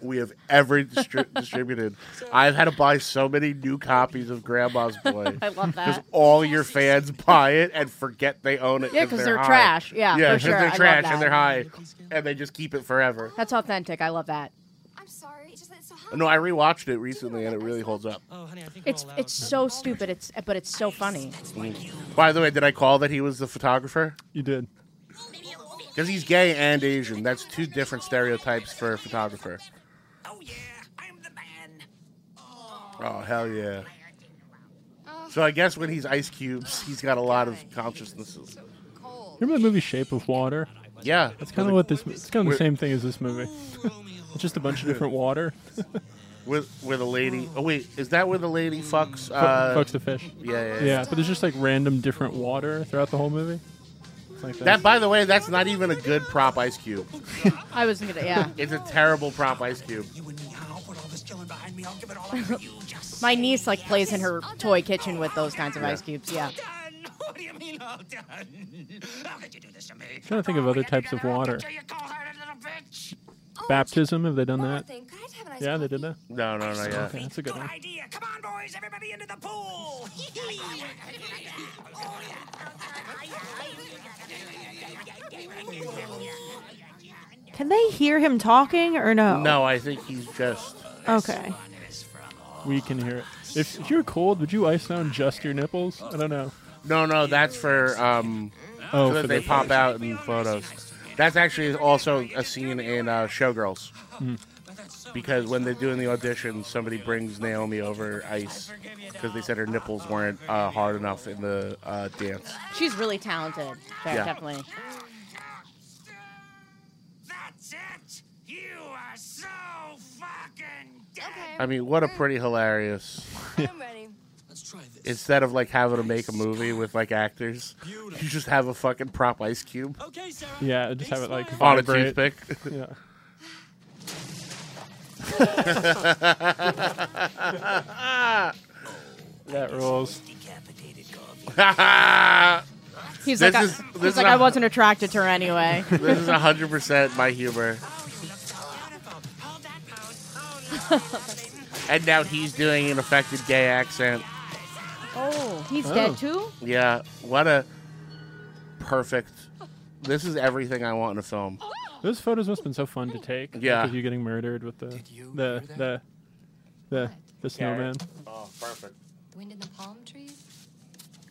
D: we have ever distri- distributed. I've had to buy so many new copies of Grandma's Boy.
I: I love
D: Because
I: that.
D: all your fans buy it and forget they own it.
I: Yeah, 'cause they're
D: high.
I: trash. Yeah,
D: yeah,
I: for
D: 'cause
I: sure. I
D: they're
I: love
D: trash
I: that.
D: and they're high, and they just keep it forever.
I: That's authentic. I love that.
L: I'm sorry. Just, it's so hot.
D: No, I rewatched it recently and it really holds up.
I: It's it's so stupid. It's but it's so funny.
D: Mm. By the way, did I call that he was the photographer?
F: You did.
D: Because he's gay and Asian. That's two different stereotypes for a photographer. Oh, hell yeah. So I guess when he's ice cubes, he's got a lot of consciousnesses.
F: Remember the movie Shape of Water?
D: Yeah.
F: That's kind of what this. It's kind of
D: Where-
F: the same thing as this movie. it's just a bunch of different water.
D: With with a lady. Oh wait, is that where the lady fucks? Uh,
F: fucks the fish.
D: Yeah, yeah.
F: Yeah, but there's just like random different water throughout the whole movie. It's like
D: That, by the way, that's not even a good prop ice cube.
I: I wasn't gonna. Yeah,
D: It's a terrible prop ice cube.
I: my niece like plays in her toy kitchen with those kinds of
D: Yeah.
I: ice cubes. Yeah,
F: I'm trying to think of other types of water. Baptism, have they done that? Yeah, they did that.
D: No, no, no, yeah.
F: Okay, that's a good one.
N: Can they hear him talking or no?
D: No, I think he's just.
N: Okay.
F: We can hear it. If, if you're cold, would you ice down just your nipples? I don't know.
D: No, no, that's for um,
F: Oh,
D: so that
F: for
D: they
F: the
D: pop
F: photos.
D: out in photos. That's actually also a scene in uh, Showgirls.
F: Mhm.
D: Because when they're doing the audition, somebody brings Naomi over ice because they said her nipples weren't uh, hard enough in the uh, dance.
I: she's really talented. Yeah,
D: Yeah.
I: definitely.
M: That's it. You are so fucking dead.
D: I mean, what a pretty hilarious.
L: I'm ready. Let's try this.
D: Instead of like having to make a movie with like actors, you just have a fucking prop ice cube
F: Yeah, just have it like
D: on a
F: vibrate.
D: toothpick.
F: Yeah. That rules.
I: He's
D: This
I: like,
D: is-
I: I,
D: this
I: he's
D: is
I: like
D: a-
I: I wasn't attracted to her anyway.
D: this is hundred percent my humor. And now he's doing an affected gay accent.
I: oh, he's
F: Oh.
I: dead too.
D: Yeah, what a perfect. This is everything I want in a film.
F: Those photos must have been so fun to take. like,
D: Yeah.
F: of you getting murdered with the the, the the the snowman.
D: Oh, perfect.
L: Wind in the palm trees,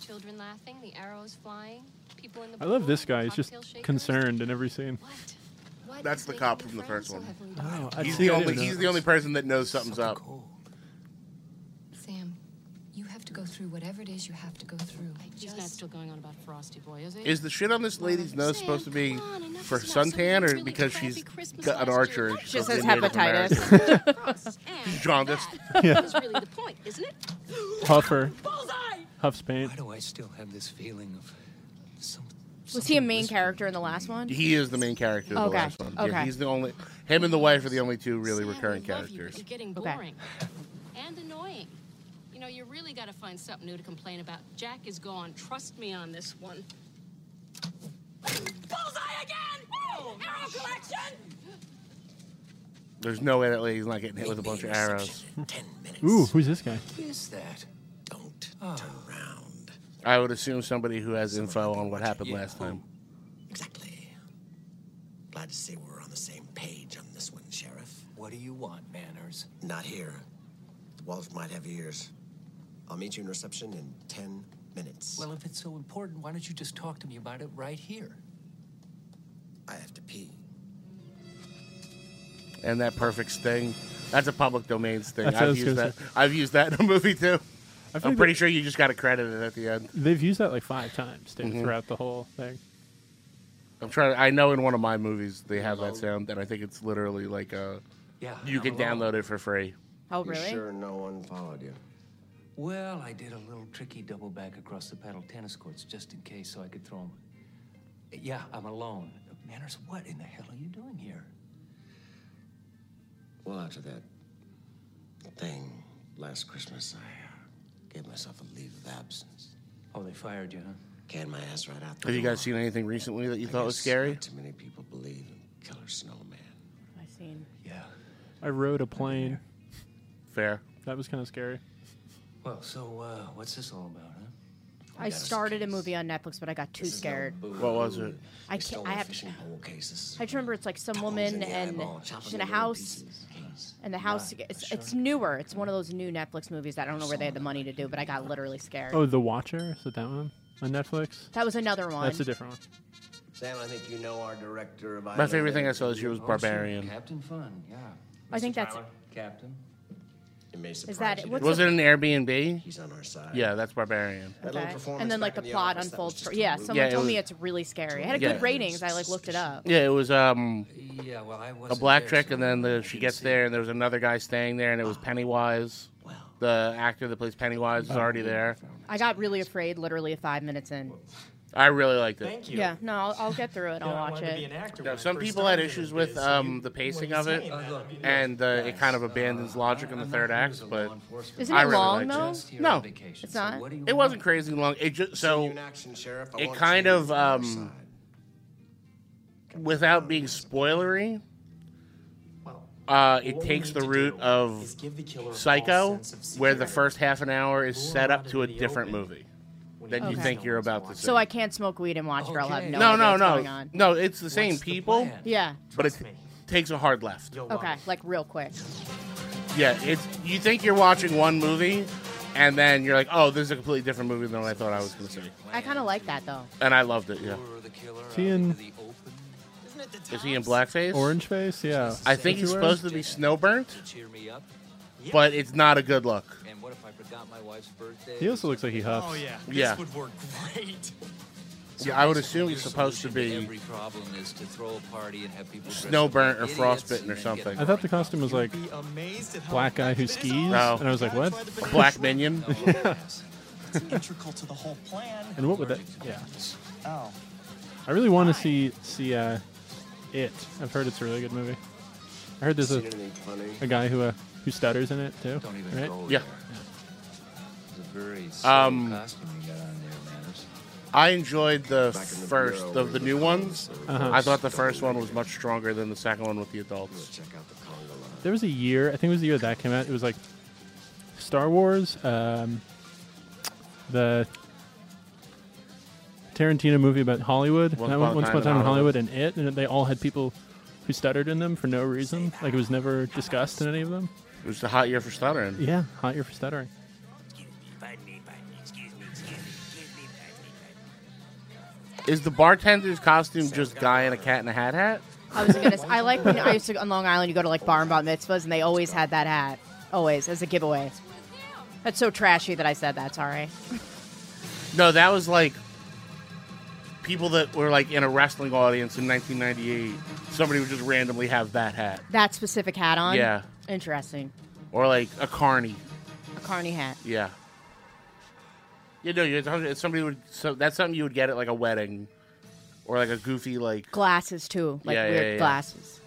L: children laughing, the arrows flying, people in the
F: I love
L: pool,
F: this guy. He's just
L: cocktail shakers.
F: concerned in every scene.
L: What
D: That's
L: is
D: the
L: making
D: cop
L: your
D: from the
L: friends
D: first
L: so
D: one.
L: heavily
F: Oh,
L: bothered?
F: I
D: He's
F: see,
D: the
F: I
D: only.
F: didn't
D: He's
F: know
D: the only person that knows something's up.
L: Sam, you have to go through whatever it is you have to go through. I just,
P: He's not still going on about Frosty Boy, is he?
D: Is the shit on this lady's nose supposed to be for suntan or because she's got an archer? And
I: She
D: she's
I: says
D: Native
I: hepatitis.
D: American?
P: And
D: jaundiced.
P: that
F: Yeah.
P: is really the point, isn't it?
F: Huffer.
P: Bullseye!
F: Huffs paint.
G: Why do I still have this feeling of something?
I: Was he a main character in the last one?
D: He is the main character of
I: Okay,
D: the last one. Yeah,
I: okay.
D: he's the only. Him and the wife are the only two really recurring characters.
P: You're getting boring and annoying. You know, you really got to find something new to complain about. Jack is gone. Trust me on this one. Bullseye again! Arrow collection!
D: There's no way that lady's not getting hit with a bunch of arrows.
F: Ooh, who's this guy?
G: Is that? Don't turn around.
D: I would assume somebody who has info on what happened last time.
M: Exactly. Glad to see we're on the same page on this one, Sheriff.
G: What do you want, Manners?
M: Not here. The walls might have ears. I'll meet you in reception in ten minutes.
G: Well, if it's so important, why don't you just talk to me about it right here?
M: I have to pee.
D: And that perfect sting. That's a public domain sting.
F: That's what I
D: I've
F: was
D: used
F: gonna
D: that. I've used that in a movie too.
F: I
D: I'm
F: think
D: pretty
F: that-
D: sure you just got to credit it at the end.
F: They've used that like five times too,
D: Mhm.
F: throughout the whole thing.
D: I'm trying. I know in one of my movies they have that sound, and I think it's literally like a.
M: Uh,
G: Yeah,
D: You can
G: hello.
D: download it for free.
I: Oh,
G: You
I: really?
G: sure
M: no one followed you?
G: Well, I did a little tricky double back across the paddle tennis courts just in case so I could throw them. Yeah, I'm alone. Manners, what in the hell are you doing here?
M: Well, after that thing last Christmas, I uh, gave myself a leave of absence.
G: Oh, they fired you, huh?
M: Canned my ass right out. the
D: Have you
M: door.
D: guys seen anything recently that you
M: I
D: thought was
M: guess
D: scary?
M: Not too many people believe in Killer Snowman.
I: I've seen.
G: Yeah.
F: I rode a plane.
D: Fair.
F: That was kind of scary.
G: Well, so uh, what's this all about, huh?
I: I started a movie on Netflix, but I got too scared.
D: What was it?
I: I can't. I have.
M: Fishing pole cases.
I: I just remember it's like some
M: Holes in
I: woman
M: the
I: and
M: eyeball,
I: she's
M: chopping
I: in a
M: them into
I: house,
M: pieces.
I: and the house.
M: Right,
I: It's,
M: sure.
I: it's newer. It's one of those new Netflix movies that I don't know where they had the money to do, but I got literally scared.
F: Oh, The Watcher. Is it that one on Netflix?
I: That was another one.
F: That's a different one.
M: Sam, I think you know our director of.
D: My favorite thing I saw this year was
G: Oh, sure,
D: Barbarian.
G: Captain Fun, yeah.
I: I think
G: Mr.
I: that's-
G: Tyler, Captain.
M: It may surprise
I: that-
M: you to
I: what's
D: Was
I: the-
D: it an Airbnb?
M: He's on our side.
D: Yeah, that's Barbarian.
M: That little
I: Okay.
M: performance
I: And then like
M: back
I: the,
M: in the
I: plot
M: office, that was
I: unfolds.
M: just
I: for-
M: a
I: yeah,
M: movie.
I: someone
D: Yeah, it
I: told me
D: was-
I: it's really scary. It had a
D: Yeah.
I: good ratings. I like looked it up.
D: Yeah, it was um
G: Yeah, well, I was
D: a black chick, and then the, she gets there, and there was another guy staying there, and it was Pennywise. The actor that plays Pennywise is
M: Oh,
D: already there.
I: I got really afraid literally five minutes in.
D: I really liked it.
I: you. Yeah, no, I'll, I'll get through it. I'll watch it.
D: Now, some people had issues with um, the pacing of it, and uh, it kind of abandons logic in the third act. But
I: Isn't
D: I
I: it
D: really
I: long though?
D: liked it. No,
I: it's not.
D: it wasn't crazy long. It just so it kind of um, without being spoilery. Uh, it takes the root of Psycho, where the first half an hour is set up to a different movie that you
I: Okay.
D: think you're about to see.
I: So I can't smoke weed and watch it. or I'll have no,
D: no,
I: idea
D: no,
I: what's
D: no,
I: going on.
D: no. It's the same people,
I: Yeah.
D: but it takes a hard left.
I: Okay, like real quick.
D: Yeah, it's you think you're watching one movie, and then you're like, oh, this is a completely different movie than what I thought I was going to see,
I: I kind of like that though.
D: and I loved it. Yeah,
F: Is he in
D: is he in blackface?
F: orange face? Yeah.
D: I think he's
F: Everywhere?
D: supposed to be snowburnt,
G: Cheer me up.
D: but it's not a good look.
G: And what if I forgot my wife's birthday?
F: He also looks like he huffs.
G: Oh, yeah.
D: Yeah,
G: would work great.
D: yeah. I would assume he's supposed to be
G: Every problem is to throw a party and have people dress up like
D: snowburnt or
G: idiots
D: frostbitten or
G: and then get
D: something.
F: I thought the costume was like black guy who skis, and I was like, what?
D: A black minion.
G: Oh,
F: Yeah.
O: Integral to the whole plan.
F: and what would that? Yeah.
O: Oh.
F: I really want to see see uh, it. I've heard it's a really good movie. I heard there's a, a guy who uh, who stutters in it too.
G: Don't even
F: right?
G: go
D: Yeah.
G: there. It's a very
D: Um,
G: subtle costume you got on there, Manners.
D: I enjoyed the
G: Back in the
D: first
G: bureau
D: of the new ones.
F: Uh-huh.
D: I thought the first one was much stronger than the second one with the adults.
F: There was a year. I think it was the year that came out. It was like Star Wars, um, the Tarantino movie about Hollywood.
D: Once Upon
F: that
D: a
F: one, Once
D: Time
F: Upon a
D: in
F: Time in Hollywood, and it, and they all had people who stuttered in them for no reason. Like it was never discussed in any of them.
D: It was the hot year for stuttering.
F: Yeah, hot year for stuttering.
D: Is the bartender's costume just guy in a cat in a hat hat?
I: I was gonna. s- I like when I used to on Long Island. You go to like bar and bat mitzvahs, and they always had that hat, always as a giveaway. That's so trashy that I said that. Sorry.
D: No, that was like people that were like in a wrestling audience in 1998. Somebody would just randomly have that hat,
I: That specific hat on.
D: Yeah.
I: Interesting.
D: or like a carny.
I: A carny hat.
D: Yeah. You know, you're talking- somebody would. So that's something you would get at like a wedding, or like a goofy like
I: Glasses too, like
D: Yeah, yeah,
I: weird
D: yeah.
I: glasses.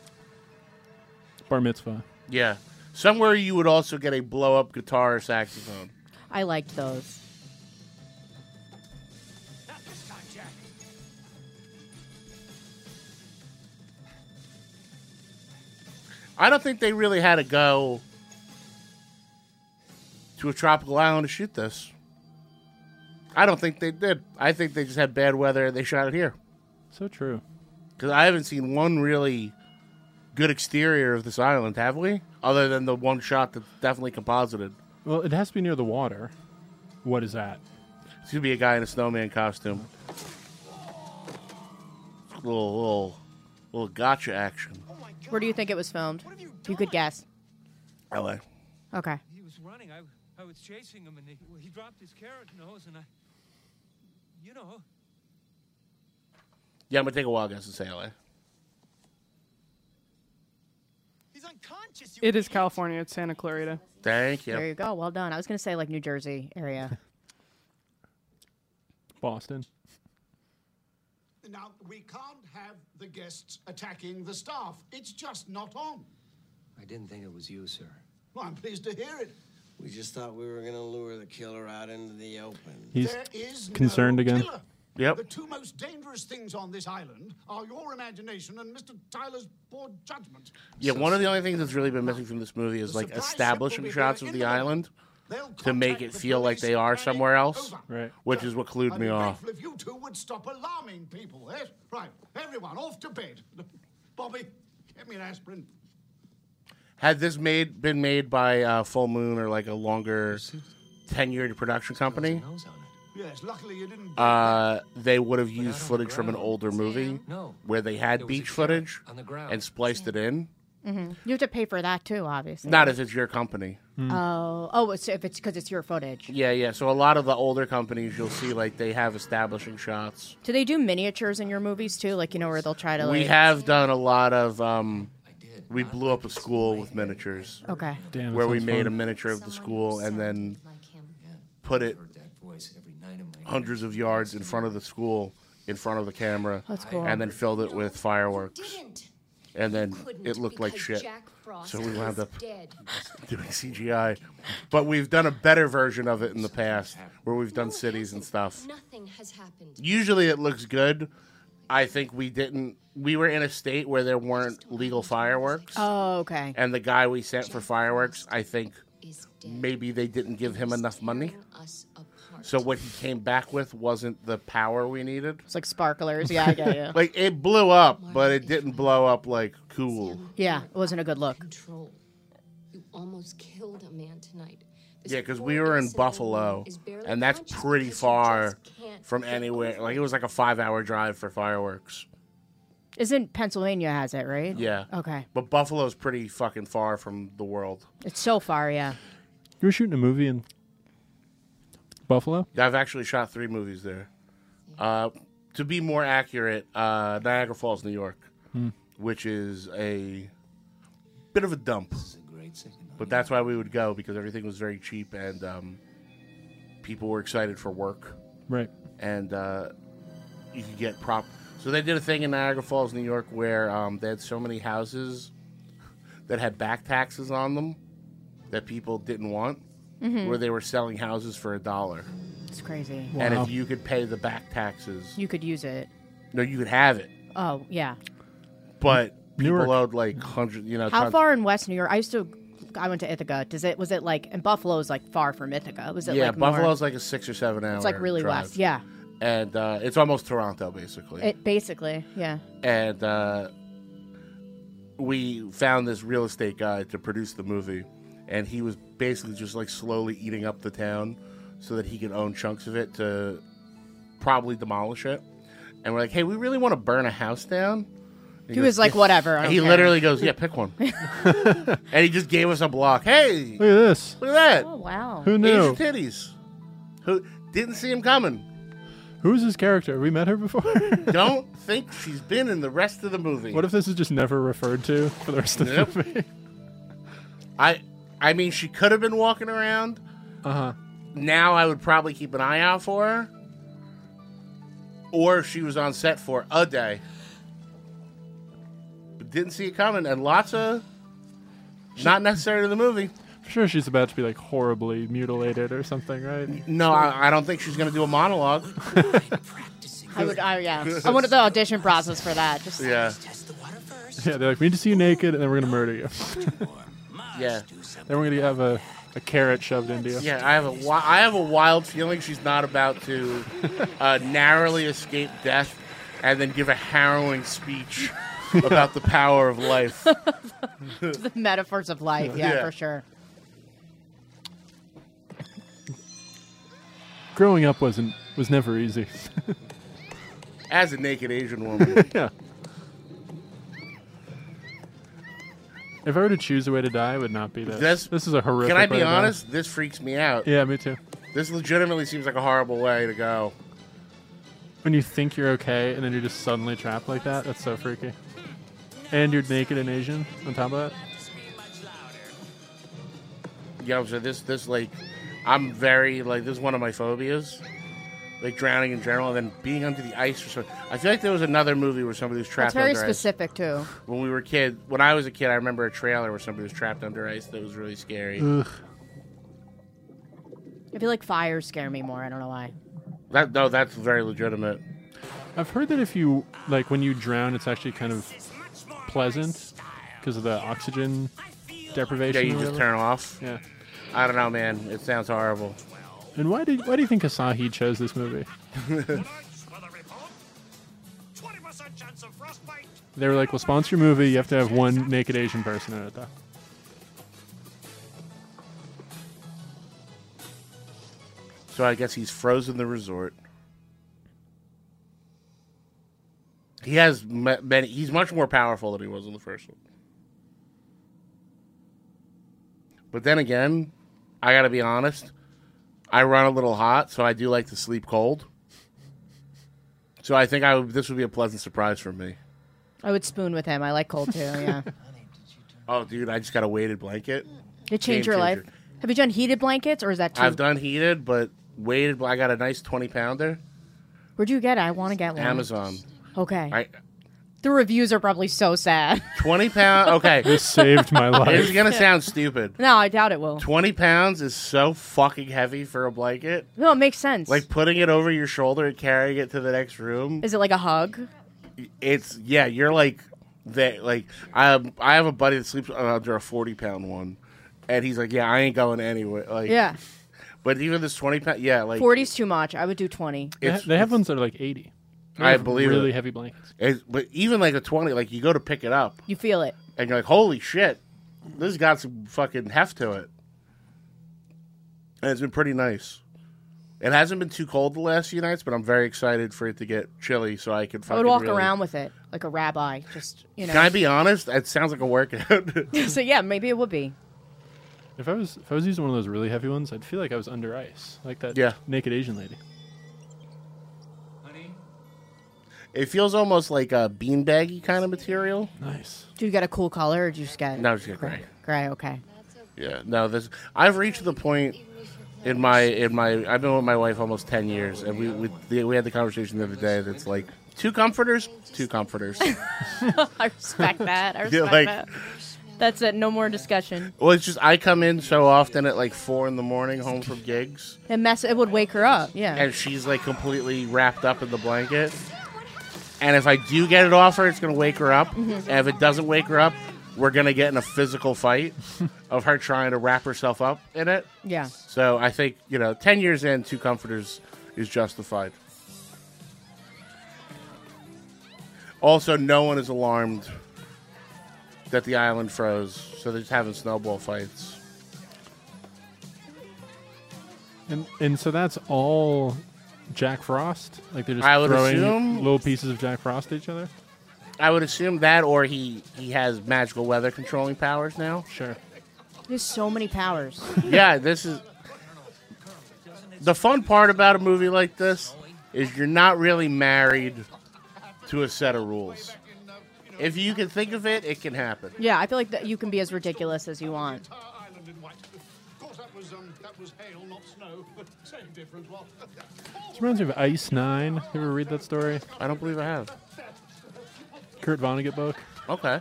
F: Bar mitzvah.
D: yeah. Somewhere you would also get a blow up guitar or saxophone.
I: I liked those.
D: I don't think they really had to go to a tropical island to shoot this. I don't think they did. I think they just had bad weather and they shot it here.
F: So true.
D: Because I haven't seen one really good exterior of this island, have we? Other than the one shot that's definitely composited.
F: Well, it has to be near the water. What is that?
D: It's going to be a guy in a snowman costume. Little, little, little gotcha action.
I: Where do you think it was filmed? If you could guess.
D: LA.
I: Okay.
M: He was running. I, I was chasing him, and he, he dropped his carrot nose, and I, you know,
D: Yeah, I'm going to take a wild guess and say LA.
Q: It is California. It's Santa Clarita.
D: Thank you.
I: There you go. Well done. I was going to say like New Jersey area.
F: Boston.
K: Now, we can't have the guests attacking the staff. It's just not on.
G: I didn't think it was you, sir.
K: Well, I'm pleased to hear it.
R: We just thought we were going to lure the killer out into the open.
F: He's
K: There is no
F: concerned again.
K: killer. The two most dangerous things on this island are your imagination and Mr. Tyler's poor judgment.
D: Yeah, one of the only things that's really been missing from this movie is like establishing shots of the island to make it feel like they are somewhere else,
F: right.
D: which is what clued
K: I'd
D: me
K: be
D: off.
K: grateful if you two would stop alarming people. Yes, right. Everyone off to bed. Bobby, get me an aspirin.
D: Had this made been made by uh, Full Moon or like a longer tenured production company,
K: Yes, luckily you didn't.
D: uh, they would have used footage from an older movie where they had beach footage and spliced it in.
I: hmm You have to pay for that too, obviously.
D: Not if it's your company.
I: Oh, oh, so if it's because it's your footage.
D: Yeah, yeah. So a lot of the older companies, you'll see like they have establishing shots.
I: Do they do miniatures in your movies too? Like you know where they'll try to. Like,
D: We have done a lot of. Um, we blew up a school with miniatures.
I: Okay.
G: Damn, that
D: where we
G: sounds
D: made
G: fun.
D: a miniature of the school and then put it hundreds of yards in front of the school, in front of the camera,
I: That's cool.
D: and then filled it with fireworks. And then
M: couldn't
D: it looked like
M: because
D: shit.
M: Jack Frost
D: So we wound
M: is
D: up
M: dead.
D: doing CGI. But we've done a better version of it in the past where we've done cities and stuff
L: Nothing has happened.
D: usually it looks good. I think we didn't. We were in a state where there weren't legal fireworks,
I: Oh, okay.
D: and the guy we sent for fireworks, I think maybe they didn't give him enough money. So what he came back with wasn't the power we needed.
I: It's like sparklers. Yeah, I get you.
D: like it blew up, but it didn't blow up like cool.
I: Yeah, it wasn't a good look.
L: You almost killed a man tonight.
D: Yeah, because we were in Buffalo, and that's pretty far from anywhere. Like it was like a five-hour drive for fireworks.
I: Isn't Pennsylvania has it right?
D: Yeah.
I: Okay.
D: But Buffalo's pretty fucking far from the world.
I: It's so far. Yeah.
F: You were shooting a movie in Buffalo.
D: I've actually shot three movies there. Uh, to be more accurate, uh, Niagara Falls, New York,
F: Hmm.
D: which is a bit of a dump.
G: Great second.
D: But that's why we would go because everything was very cheap and um, people were excited for work.
F: Right.
D: And uh, you could get prop. So they did a thing in Niagara Falls, New York, where um, they had so many houses that had back taxes on them that people didn't want,
G: Mm-hmm.
I: Mhm.
D: where they were selling houses for a dollar.
I: It's crazy.
D: And if you could pay the back taxes,
I: you could use it.
D: no, you could have it.
I: Oh yeah.
D: But
F: Newark.
D: people owed like hundred, you know.
I: How
D: tons-
I: far in West New York? I used to. I went to Ithaca. Does it? Was it like? And Buffalo's like far from Ithaca. Was it
D: yeah,
I: like more-
D: Buffalo's like a six or seven hour.
I: It's like really
D: drive.
I: west. Yeah.
D: and uh, it's almost Toronto basically.
I: It basically. Yeah.
D: and uh, we found this real estate guy to produce the movie, and he was basically just like slowly eating up the town so that he could own chunks of it to probably demolish it. And we're like, hey, we really want to burn a house down. And
I: He was like, "Whatever, I
D: And
I: don't
D: he
I: care."
D: literally goes, yeah, pick one. and he just gave us a block. Hey,
F: Look at this.
D: look at that.
I: Oh wow.
F: Who knew?
D: Asian titties. Who didn't see him coming?
F: Who's this character? Have we met her before?
D: Don't think she's been in the rest of the movie.
F: what if this is just never referred to for the rest of the
D: Nope.
F: movie?
D: I I mean she could have been walking around.
F: Uh huh.
D: Now I would probably keep an eye out for her. Or she was on set for a day. But didn't see it coming and lots of not necessary to the movie.
F: I'm sure she's about to be like horribly mutilated or something, right?
D: No, I, I don't think she's gonna do a monologue.
I: I would. I yeah. I wanted the audition process for that. Just
D: Yeah.
F: Yeah, they're like, we need to see you naked, and then we're gonna murder you.
D: Yeah.
F: then we're gonna have a a carrot shoved into you.
D: Yeah, I have a wi- I have a wild feeling she's not about to uh, narrowly escape death and then give a harrowing speech about the power of life.
I: the metaphors of life, yeah,
D: Yeah.
I: for sure.
F: Growing up wasn't was never easy.
D: As a naked Asian woman,
F: yeah. If I were to choose a way to die, it would not be this.
D: This-
F: this is a horrific.
D: can I
F: way
D: be
F: to die.
D: honest? This freaks me out.
F: Yeah, me too.
D: This legitimately seems like a horrible way to go.
F: When you think you're okay and then you're just suddenly trapped like that, that's so freaky. And you're naked and Asian on top of that.
D: You know, so this this like, I'm very like this is one of my phobias, like drowning in general, and then being under the ice or something. I feel like there was another movie where somebody was
I: That's
D: trapped.
I: very
D: under ice.
I: specific too.
D: when we were kid when i was a kid i remember a trailer where somebody was trapped under ice that was really scary
F: Ugh.
I: I feel like fires scare me more. I don't know why.
D: that no that's very legitimate
F: I've heard that if you like when you drown, it's actually kind of pleasant because of the oxygen
D: yeah
F: deprivation.
D: you
F: or
D: just
F: whatever.
D: turn off
F: yeah
D: i don't know man it sounds horrible
F: And why did why do you think Asahi chose this movie? They were like, "We'll sponsor your movie. You have to have one naked Asian person in it, though."
D: so i guess he's frozen the resort he has ma- many he's much more powerful than he was in the first one but then again i gotta be honest i run a little hot so i do like to sleep cold so i think i would, this would be a pleasant surprise for me
I: I would spoon with him. I like cold too. Yeah.
D: Oh, dude, I just got a weighted blanket.
I: It changed
D: Game
I: your life.
D: changer.
I: Have you done heated blankets or is that too?
D: I've done heated, but weighted. I got a nice twenty pounder.
I: Where'd you get it? I want to get one.
D: Amazon.
I: Okay.
D: I
I: The reviews are probably so sad.
D: twenty pound. Okay,
F: this saved my life.
D: It's gonna sound stupid.
I: no, I doubt it will.
D: Twenty pounds is so fucking heavy for a blanket.
I: No, it makes sense.
D: Like putting it over your shoulder and carrying it to the next room.
I: is it like a hug?
D: It's yeah. You're like that. Like I, I have a buddy that sleeps under a forty pound one, and he's like, yeah, I ain't going anywhere. Like
I: yeah.
D: But even this twenty pound, yeah, like
I: 40's too much. I would do 20.
F: They, ha-
D: It's-
F: they have ones that are like eighty. They
D: I
F: have
D: believe
F: really
D: it.
F: heavy blankets.
D: It's- but even like a twenty, like you go to pick it up
I: You feel it.
D: and you're like, "Holy shit, this has got some fucking heft to it," and it's been pretty nice. It hasn't been too cold the last few nights, but I'm very excited for it to get chilly so I can.
I: I
D: Fucking
I: would walk
D: really-
I: around with it like a rabbi. Just, you know.
D: Can I be honest? It sounds like a workout.
I: so, yeah, maybe it would be.
F: If I was if I was using one of those really heavy ones, I'd feel like I was under ice, like that
D: Yeah.
F: naked Asian lady.
D: it feels almost like a beanbaggy kind of material.
F: Nice.
I: Do you get a cool color or do you just get
D: No, just get gray.
I: gray? Okay.
D: Yeah, no, this I've reached the point in my in my I've been with my wife almost ten years, and we we, we had the conversation the other day that's like two comforters, two comforters.
I: I respect that. I
D: Yeah,
I: respect
D: like-
I: that. That's it. No more discussion.
D: well, it's just I come in so often at like four in the morning home from gigs,
I: It mess. It would wake her up. Yeah.
D: and she's like completely wrapped up in the blanket. And if I do get it off her, it's gonna wake her up.
I: Mhm.
D: And if it doesn't wake her up, we're gonna get in a physical fight of her trying to wrap herself up in it.
I: yeah.
D: So I think you know, ten years in, two comforters is justified. Also, no one is alarmed that the island froze, so they're just having snowball fights.
F: And and so that's all Jack Frost. Like they're just
D: I would
F: throwing
D: assume-
F: little pieces of Jack Frost at each other.
D: I would assume that, or he he has magical weather controlling powers now.
F: Sure.
I: There's so many powers.
D: Yeah, this is the fun part about a movie like this is you're not really married to a set of rules. If you can think of it, it can happen.
I: Yeah, I feel like that you can be as ridiculous as you want.
K: Uh, Island in white. Of course, that was um, that was hail, not snow. Same difference. What?
F: This reminds me of Ice Nine. You ever read that story?
D: I don't believe I have.
F: Kurt Vonnegut book.
D: Okay.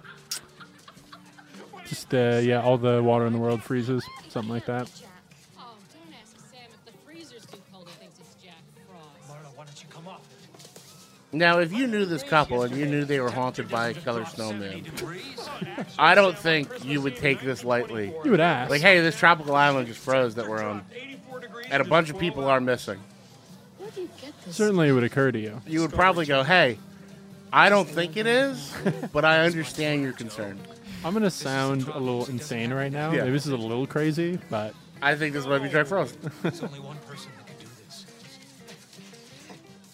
F: Just uh, yeah, all the water in the world freezes, something like that.
P: Oh, don't ask Sam if the freezer's too cold. He thinks it's Jack Frost.
G: Marla, why don't you come up?
D: Now, if you knew this couple and you knew they were haunted by a killer snowman, I don't think you would take this lightly.
F: You would ask.
D: Like, hey, this tropical island just froze that we're on, and a bunch of people are missing.
F: Certainly it would occur to you.
D: You would probably go, hey, I don't think it is, but I understand your concern.
F: I'm going to sound a little insane right now.
D: Yeah.
F: Maybe this is a little crazy, but
D: I think this might be Jack Frost.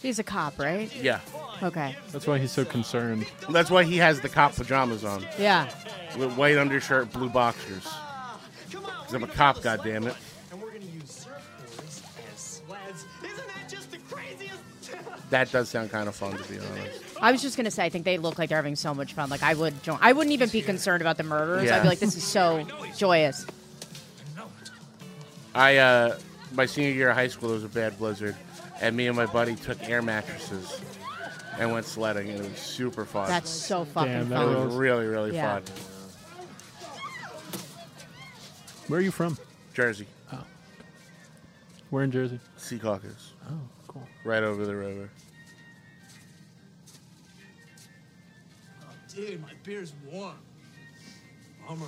I: He's a cop, right?
D: Yeah.
I: Okay.
F: that's why he's so concerned.
D: That's why he has the cop pajamas on.
I: Yeah.
D: With white undershirt, blue boxers. 'Cause I'm a cop, goddammit. That does sound kind of fun, to be honest.
I: I was just gonna say, I think they look like they're having so much fun. Like I would join. I wouldn't even be concerned about the murders. I'd
D: Yeah.
I: be like, this is so joyous.
D: I uh, my senior year of high school, there was a bad blizzard, and me and my buddy took air mattresses and went sledding, and it was super fun.
I: That's so fucking
F: Damn, that
I: fun.
D: It was really, really
I: Yeah.
D: fun.
F: Where are you from?
D: Jersey,
F: We're in Jersey.
D: Sea Caucus,
F: Oh, cool.
D: right over the river.
J: Dude, my beer's warm. Bummer.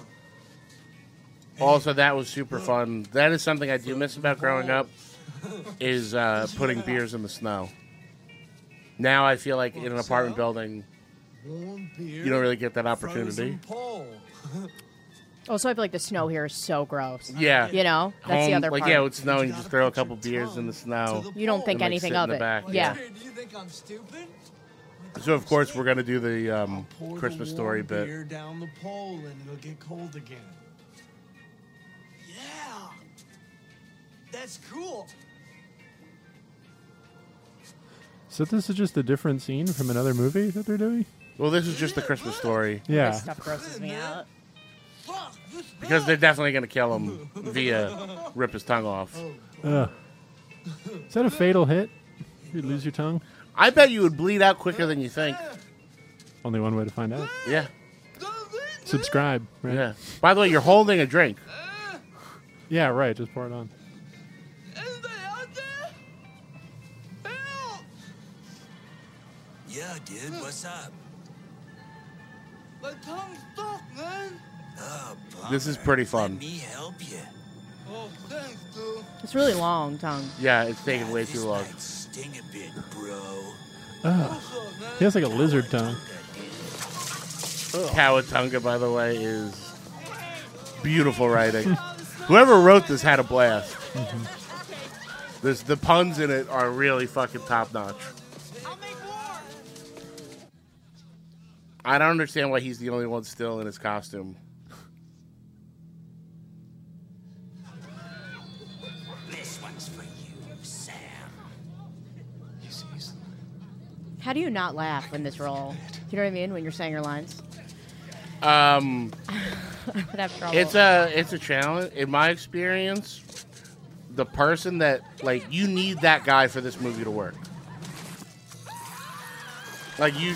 D: Also, that was super fun. That is something I do miss about growing up, is uh, putting beers in the snow. Now I feel like in an apartment building,
J: Warm beer.
D: you don't really get that opportunity.
J: Frozen pole.
I: Also, I feel like the snow here is so gross.
D: Yeah.
I: You know, that's the
D: Home-
I: other
D: like,
I: part.
D: yeah, it's snowing. You just throw a couple beers in the snow.
I: You don't think
D: and, like,
I: anything
D: sit in
I: of
D: the
I: it.
D: back.
I: Yeah.
J: Do you think I'm stupid?
D: So of course we're gonna do the um,
J: Pour the
D: Christmas story
J: warm
D: bit.
J: Beer down the pole and it'll get cold again.
O: Yeah. That's cool.
F: So this is just a different scene from another movie that they're doing?
D: Well, this is just the Christmas story.
F: Yeah.
I: This stuff grosses me out.
D: Because they're definitely gonna kill him via rip his tongue off.
F: Ugh. Is that a fatal hit? You lose your tongue?
D: I bet you would bleed out quicker than you think.
F: Only one way to find out.
D: Yeah.
F: Subscribe, right?
D: Yeah. By the way, you're holding a drink.
F: Yeah, right. Just pour it on.
M: Yeah, dude, what's up?
O: My tongue's stuck, man.
M: Oh, bummer.
D: This is pretty fun.
M: Let me help you.
O: Oh, thanks, dude.
I: It's really long, tongue.
D: Yeah, it's taking way too
M: This
D: long.
M: might sting a bit, bro.
F: Ugh. He has like a lizard tongue.
D: Cowatunga, by the way, is beautiful writing. Whoever wrote this had a blast. This the puns in it are really fucking top notch. I don't understand why he's the only one still in his costume.
M: This one's for you, Sam.
I: How do you not laugh in this role? Do you know what I mean? When you're saying your lines,
D: Um,
I: I would have trouble.
D: it's a it's a challenge. In my experience, the person that like you need that guy for this movie to work. Like you,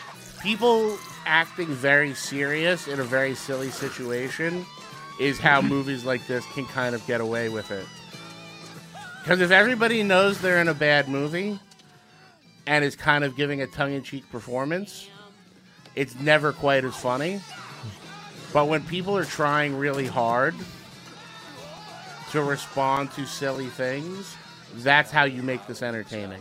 D: people acting very serious in a very silly situation is how movies like this can kind of get away with it. Because if everybody knows they're in a bad movie and is kind of giving a tongue in cheek performance, it's never quite as funny. But when people are trying really hard to respond to silly things, that's how you make this entertaining.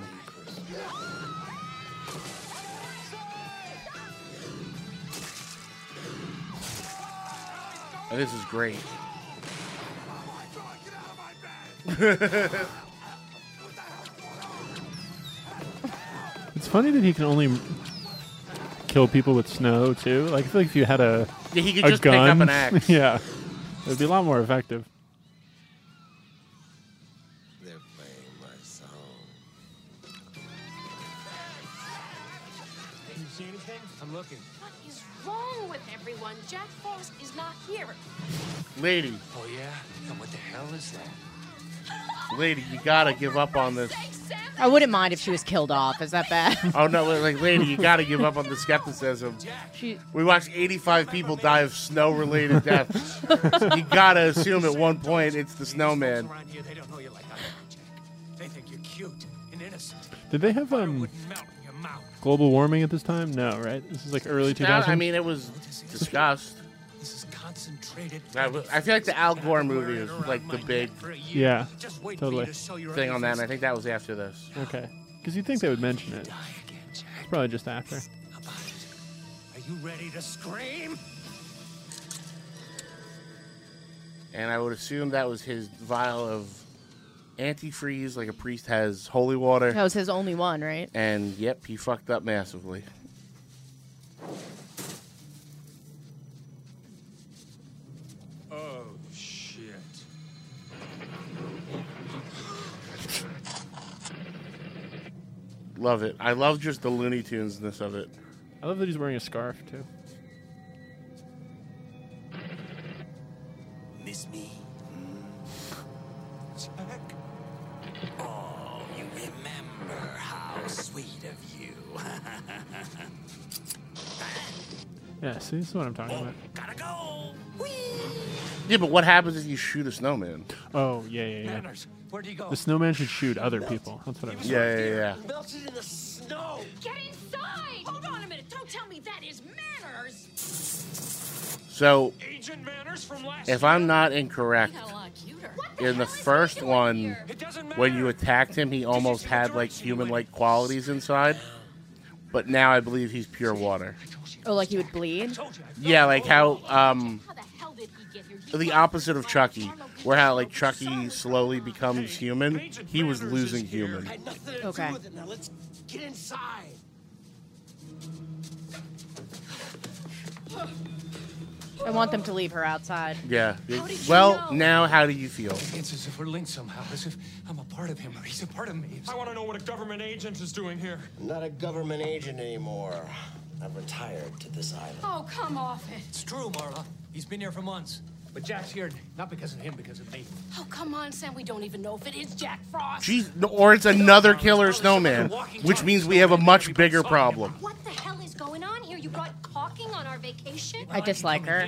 D: And this is great.
F: It's funny that he can only kill people with snow too. Like I feel like if you had a
D: Yeah, he could
F: a
D: just pick up
F: gun,
D: an axe.
F: yeah, it'd be a lot more effective.
J: They're playing my song.
O: You see anything? I'm looking.
L: What is wrong with everyone? Jack Frost is not here.
D: Lady,
G: Oh yeah. And what the hell is that?
D: lady, you gotta give up on this.
I: I wouldn't mind if she was killed off. Is that bad?
D: Oh no, like lady, you gotta give up on the skepticism.
I: She-
D: We watched 85 people die of snow-related deaths. you gotta assume at one point it's the snowman.
M: Around here, they don't know you like I do, Jack. They think you're cute, and an innocent.
F: Did they have um global warming at this time? No, right? This is like early 2000s.
D: I mean, it was discussed.
M: This is concentrated.
D: I, w- I feel like the Al Gore movie is like the big
F: yeah,
M: Just wait for you
F: totally.
M: to show your
D: thing on that, and I think that was after this.
F: Okay, because you think they would mention it. It's probably just after.
M: Are you ready to scream?
D: And I would assume that was his vial of antifreeze, like a priest has holy water.
I: That was his only one, right?
D: And yep, he fucked up massively.
M: Oh shit!
D: Love it. I love just the Looney Tunesness of it.
F: I love that he's wearing a scarf too.
M: Miss me? Hmm? Jack? Oh, you remember how sweet of you.
F: Yeah, see, this is what I'm talking about.
M: Gotta go.
D: Yeah, but what happens if you shoot a snowman?
F: Oh yeah, yeah, yeah.
M: Manners, where do you go?
F: The snowman should shoot other people. That's what I was.
D: Yeah, yeah, yeah.
M: Melted in the snow.
P: Get inside! Hold on a minute. Don't tell me that is manners.
D: So,
M: Agent Manners from last.
D: if I'm not incorrect,
P: What
D: in the first one, when you attacked him, he almost had like human like qualities inside. But now I believe he's pure water.
I: Oh, like he would bleed?
D: Yeah, like how um the opposite of Chucky, where how like Chucky slowly becomes human, he was losing human.
M: Had nothing to
I: Okay.
M: do with it. Now let's get inside.
I: I want them to leave her outside.
D: Yeah.
M: How did you know?
D: Well, now how do you feel?
M: It's as if we're linked somehow, as if I'm a part of him or he's a part of me. I want to know what a government agent is doing here.
R: I'm not a government agent anymore. I've retired to this island.
M: Oh, come off it. It's true, Marla. He's been here for months. But Jack's here, not because of him, because of me.
P: Oh, come on, Sam. We don't even know if it is Jack Frost.
D: Jeez, no, or it's another killer snowman, which means we have a much bigger problem.
P: What the hell is going on here? You brought caulking on our vacation?
I: I dislike her.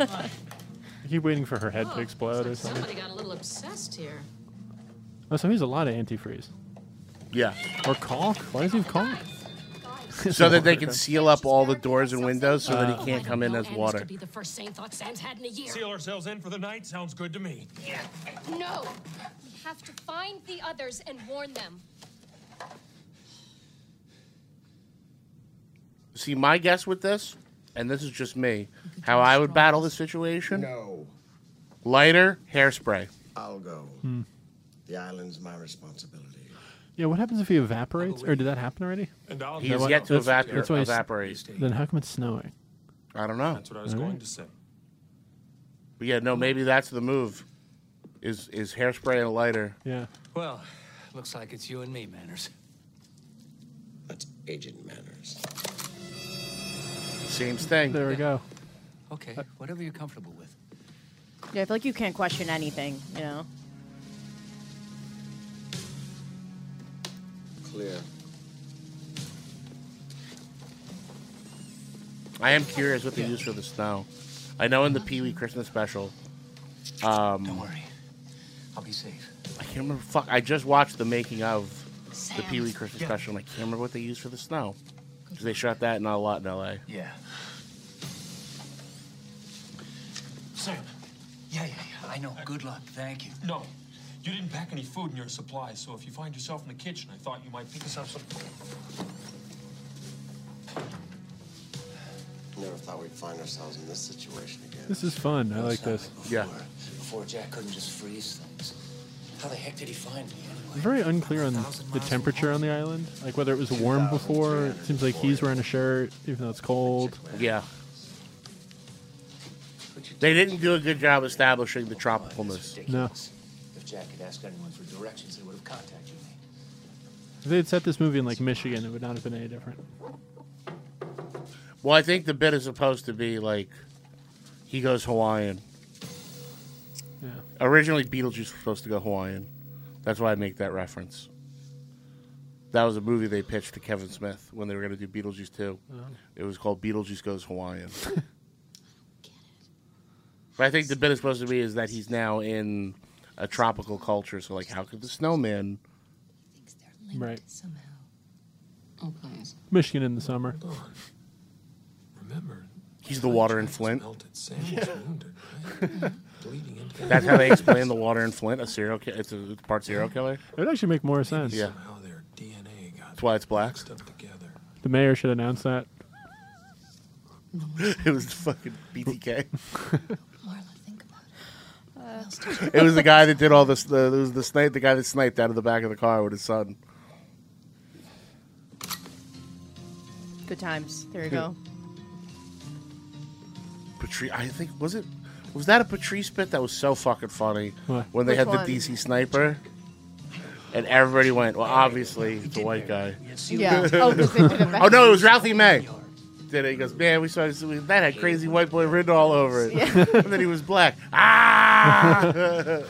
F: I keep waiting for her head to explode or
P: Somebody
F: something.
P: got a little obsessed here.
F: Oh, so he's a lot of antifreeze.
D: Yeah.
F: Or caulk? Why does he have caulk?
D: So that they can seal up all the doors and windows so that he can't come in as water.
P: Be the first sane thought Sam's had in a year.
M: Seal ourselves in for the night sounds good to me.
P: No. We have to find the others and warn them.
D: See, my guess with this, and this is just me, how I would battle the situation?
R: No.
D: Lighter, hairspray.
R: I'll go. The island's my responsibility.
F: Yeah, what happens if he evaporates? Or did that happen already?
M: And I'll
F: Is that
D: He's
F: what-
D: yet to
F: that's-
D: evapor-
F: that's why he's-
D: evaporate.
F: Then how come it's snowing?
D: I don't know.
H: That's what I was
F: All
H: going
F: right.
H: to say.
D: But yeah, no, maybe that's the move. Is is hairspray and a lighter.
F: Yeah.
G: Well, looks like it's you and me, Manners.
R: That's Agent Manners.
D: Same thing.
F: There we go.
G: Okay, whatever you're comfortable with.
I: Yeah, I feel like you can't question anything, you know?
R: Clear.
D: I am curious what they use for the snow. I know in the Pee Wee Christmas special. Um, Don't
G: worry. I'll be safe.
D: I can't remember. Fuck. I just watched the making of the
G: Sam.
D: Pee Wee Christmas
G: Yeah.
D: special, and I can't remember what they used for the snow. 'Cause they shot that not a lot in LA.
G: Yeah. Sam. Yeah, yeah, yeah. I know. Good luck. Thank you.
H: Uh, No, you didn't pack any food in your supplies, so if you find yourself in the kitchen, I thought you might pick us up some.
R: Never thought we'd find ourselves in this situation again.
F: This is fun. I like this.
D: Yeah.
G: Before Jack couldn't just freeze things. How the heck did he find me?
F: I'm very unclear on the temperature on the island. Like whether it was warm before. It seems like he's wearing a shirt, even though it's cold.
D: Yeah. They didn't do a good job establishing the tropicalness.
F: No.
G: If Jack had asked anyone for directions, they would have contacted me.
F: If they had set this movie in like Michigan, it would not have been any different.
D: Well, I think the bit is supposed to be like he goes Hawaiian.
F: Yeah.
D: Originally, Beetlejuice was supposed to go Hawaiian. That's why I make that reference. That was a movie they pitched to Kevin Smith when they were going to do Beetlejuice 2.
F: Oh.
D: It was called Beetlejuice Goes Hawaiian. but I think the bit is supposed to be is that he's now in a tropical culture. So, like, how could the snowman
L: linked
F: Right.
L: somehow. Oh, please.
F: Michigan in the summer.
H: Remember,
D: He's the water in Flint.
H: melted Sam was wounded, right? Bleeding into
D: That's how they explain the water in Flint. A serial, ki- it's a it's part serial killer.
F: It would actually make more sense.
D: Yeah. That's why it's black.
F: The mayor should announce that.
D: it was fucking BTK.
L: Uh,
D: it was the guy that did all this. The, it was the snipe. The guy that sniped out of the back of the car with his son.
I: Good times. There you go.
D: Patrice. I think was it. Was that a Patrice bit that was so fucking funny
F: What?
D: when they
I: Which
D: had
I: one?
D: the DC sniper, and everybody went, "Well, obviously it's a white guy."
I: Yeah. Oh, 'cause they did it
D: oh no, it was Ralphie May. Did it? He goes, "Man, we saw this- we- that had crazy white boy written all over it,
I: Yeah.
D: and then he was black." Ah!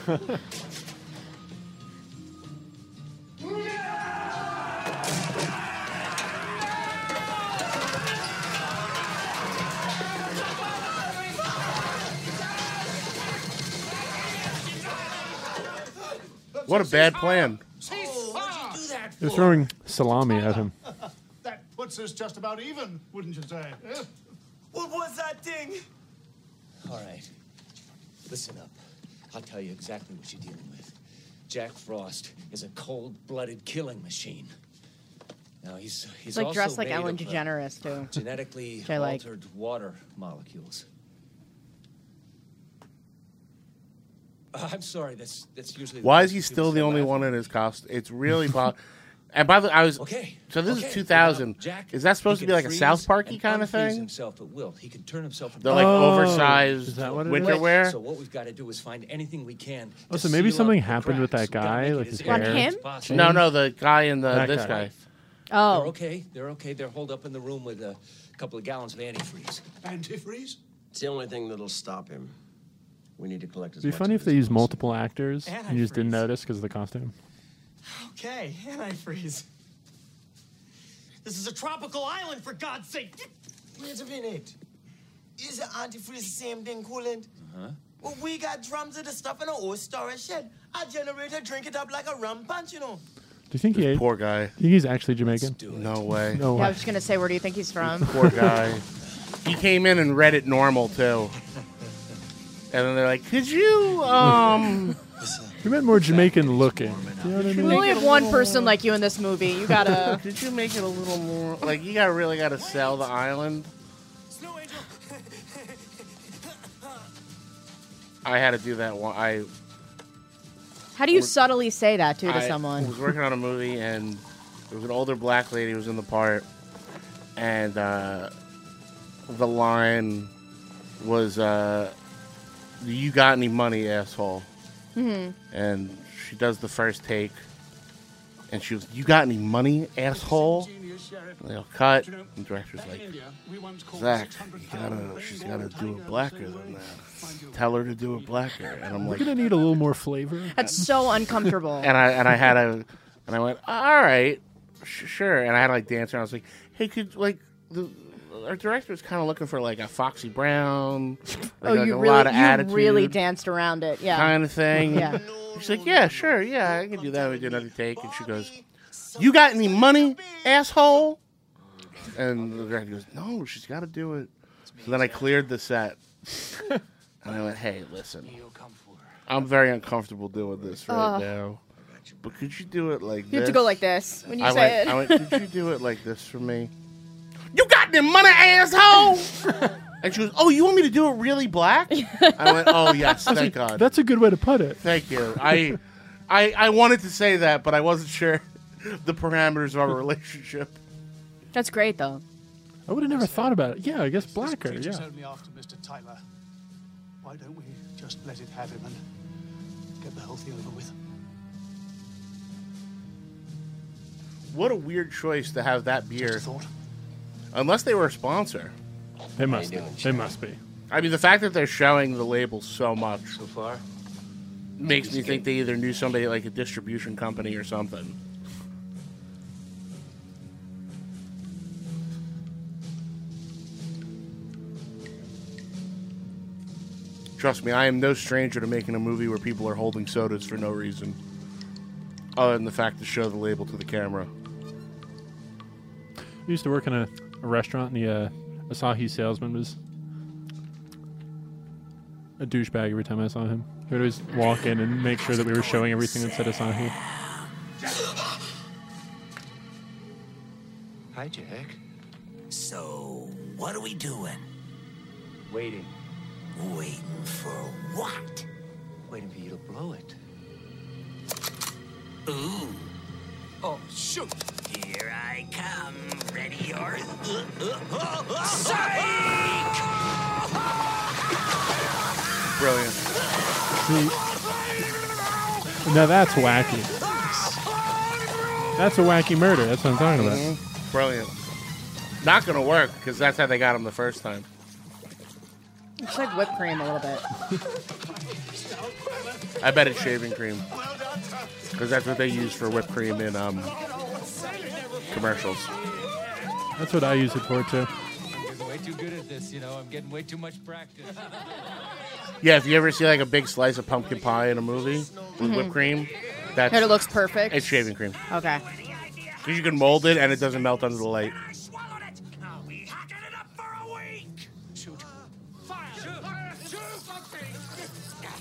D: what a bad plan.
K: Oh, why'd you do that
F: They're throwing salami at him.
K: That puts us just about even, wouldn't you say?
O: What was that thing?
G: All right. Listen up. I'll tell you exactly what you're dealing with. Jack Frost is a cold-blooded killing machine. Now he's he's
I: He's like
G: also
I: dressed like
G: made
I: Ellen
G: of, uh,
I: DeGeneres too.
G: Genetically
I: Which I like.
G: altered water molecules. Uh, I'm sorry. That's that's usually. the
D: Why
G: way
D: is he
G: people
D: still the
G: say
D: only
G: laugh.
D: one in his costume? It's really po- And by the I was
G: Okay.
D: So this
G: okay,
D: is 2000.
G: well, Jack,
D: is that supposed
G: he
D: to be
G: can
D: like a
G: freeze
D: South Parky
G: and
D: kind of
G: unfreeze
D: thing?
G: Himself at will. He can turn himself.
D: They're like
F: Oh.
D: oversized
F: Is that what it
D: winter
F: is?
D: wear.
G: So what we've got to do is find anything we can.
F: Oh,
G: to
F: so maybe
G: seal
F: something
G: up the
F: happened with
G: cracks.
F: that guy,
G: We've gotta
F: like
G: make it
F: his
G: as accurate
F: hair.
G: as
I: him?
G: possible.
D: No, no, the guy in the
F: That
D: this
F: guy.
D: guy.
G: They're
I: Oh,
G: okay. They're okay. They're holed up in the room with a couple of gallons of antifreeze.
K: Antifreeze?
R: It's the only thing that'll stop him. We need to collect his.
F: It'd be funny if they used multiple actors and you just didn't
R: Antifreeze.
F: notice because of the costume.
O: Okay, antifreeze. This is a tropical island, for God's sake.
M: Wait a minute. Is the antifreeze the same thing coolant? Well, we got drums of the stuff in our old storage shed. Our generator drink it up like a rum punch, you know.
F: Do you think he ate?
D: Poor guy.
F: Do you think he's actually Jamaican?
D: No way.
F: No
I: Yeah, I
F: way.
I: was just gonna say, where do you think he's from?
D: Poor guy. he came in and read it normal too. And then they're like, "Could you um
F: He meant more Jamaican looking. Do you know what I
I: We
F: mean?
I: only have one person like you in this movie. You gotta.
D: could you make it a little more like you got to really got to sell the island?"
M: Snow Angel.
D: I had to do that one. I
I: How do you subtly say that too to
D: I
I: someone?
D: was working on a movie, and there was an older black lady who was in the part, and uh, the line was, uh, "You got any money, asshole?"
M: Mm-hmm.
D: And she does the first take, and she was, "You got any money, asshole?"
K: Genius, Sheriff.
D: And they'll cut,
K: You know,
D: and the director's
K: back
D: like,
K: in India, we once called
D: "Zach,
K: 600
D: you gotta,
K: pound
D: she's
K: Bengal
D: gotta do
K: tiger
D: it blacker
K: the same
D: than
K: way.
D: that. Tell her to do it blacker." And I'm
F: We're
D: like,
F: gonna need a little more flavor.
I: That's so uncomfortable.
D: and I and I had a and I went all right, sh- sure. And I had like dancer. And I was like, hey, could like the our director was kind of looking for like a Foxy Brown, like,
I: Oh,
D: like,
I: you
D: a
I: really,
D: lot of
I: you
D: attitude,
I: really danced around it. Yeah.
D: kind of thing.
I: Yeah.
D: She's like, yeah, sure, yeah, I can do that. We did another take, and she goes, you got any money, asshole? And the director goes, no, she's got to do it. So then I cleared the set, and I went, hey, listen. I'm very uncomfortable doing this right
I: Ugh.
D: now. But could you do it like this?
I: You have to go like this when you
D: I
I: say
D: went,
I: it.
D: I went, could you do it like this for me? You got them money, asshole! and she was, oh, you want me to do it really black? I went, oh, yes, thank God.
F: That's a good way to put it.
D: Thank you. I, I, I wanted to say that, but I wasn't sure the parameters of our relationship.
I: That's great though.
F: I would have never thought about it. Yeah, I guess blacker.
K: Creature's
F: Yeah.
K: only after Mr. Tyler. Why don't we just let it have him and get the whole thing over with?
D: What a weird choice to have that beer. Unless they were a sponsor.
F: They must. Be. They must be.
D: I mean, the fact that they're showing the label so much
G: So far,
D: makes me think they either knew somebody like a distribution company or something. Trust me, I am no stranger to making a movie where people are holding sodas for no reason. Other than the fact to show the label to the camera.
F: I used to work in a, a restaurant, and the uh, Asahi salesman was a douchebag every time I saw him. He would always walk in and make sure that we were showing everything that said Asahi.
S: Hi, Jack.
K: So, what are we doing?
S: Waiting.
K: Waiting for what?
S: Waiting for you to blow it.
K: Ooh,
S: Oh, shoot!
K: here I come. Ready or. Psych!
D: Brilliant.
F: See? Now that's wacky. That's a wacky murder. That's what I'm talking about.
D: Brilliant. Not gonna work because that's how they got him the first time.
I: It's like whipped cream a little bit.
D: I bet it's shaving cream because that's what they use for whipped cream in um, commercials.
F: That's what I use it for too.
S: I'm getting way too good at this, you know. I'm getting way too much practice.
D: Yeah, if you ever see like a big slice of pumpkin pie in a movie with
I: Mhm.
D: whipped cream, that's
I: And it looks perfect?
D: It's shaving cream
I: Okay.
D: because you can mold it and it doesn't melt under the light.
K: Ah, Shoot. Uh, Fire! Shoot! Shoot something!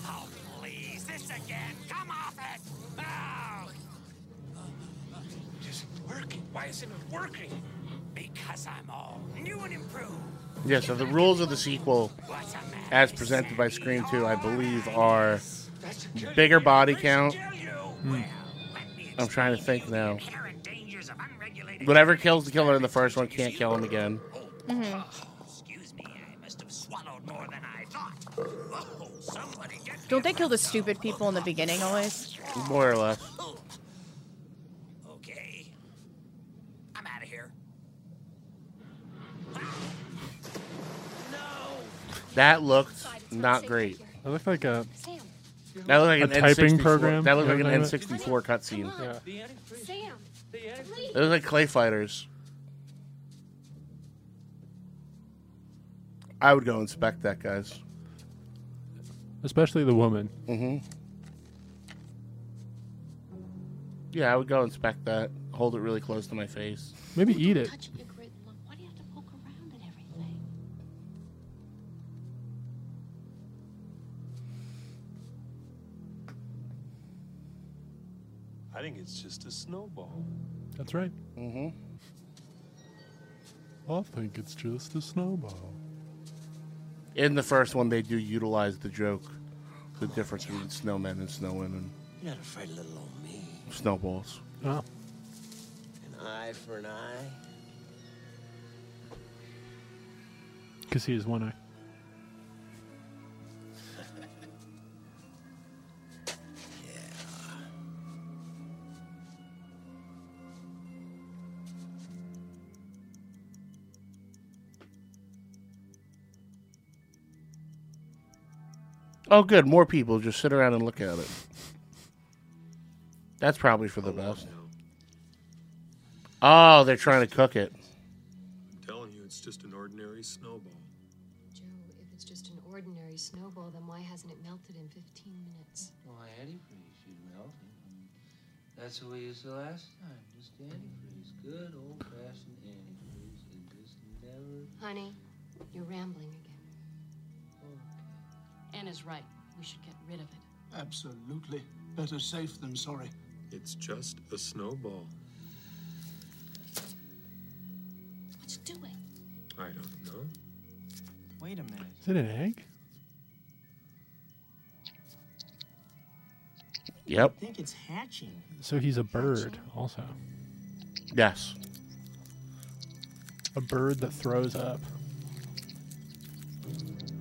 K: Oh, please, this again. Come off it! Oh! It isn't working. Why isn't it working? Because I'm all new and improved.
D: Yeah, so the rules of the sequel, as presented by Scream 2, I believe, are bigger body count. Hmm. I'm trying to think now. Whatever kills the killer in the first one can't kill him again.
I: Don't they kill the stupid people in the beginning always?
D: More or less.
K: Okay. I'm out of here.
D: That looked not great.
F: I look like a.
D: That looked like
F: A
D: an
F: typing
D: N64.
F: program?
D: That looked like an
F: Yeah.
D: N64 cutscene.
K: The antifreeze. Sam! The antifreeze!
D: It was like Clay Fighters. I would go inspect that, guys.
F: Especially the woman.
D: Mm-hmm. Yeah, I would go inspect that. Hold it really close to my face.
F: Maybe eat it.
T: I think it's just a snowball.
F: That's right.
D: Mm-hmm.
F: I think it's just a snowball.
D: In the first one, they do utilize the joke, the difference between snowmen and snowmen
U: You're not afraid of little old me.
D: and snowballs.
F: Oh.
U: An eye for an eye.
F: Because he has one eye.
D: Oh, good. More people just sit around and look at it. That's probably for the best. Oh, they're trying to cook it.
T: I'm telling you, it's just an ordinary snowball.
J: Joe, if it's just an ordinary snowball, then why hasn't it melted in 15 minutes?
U: Well, antifreeze should melt. That's what we used the last time. Just antifreeze. Good old fashioned antifreeze. And just never.
J: Honey, you're rambling again. Anna's right. We should get rid of it.
V: Absolutely. Better safe than sorry.
T: It's just a snowball.
J: Let's do it.
T: I don't know.
U: Wait a minute.
F: Is it an egg?
D: Yep.
U: think it's hatching.
F: So he's a bird also.
D: Yes.
F: A bird that throws up.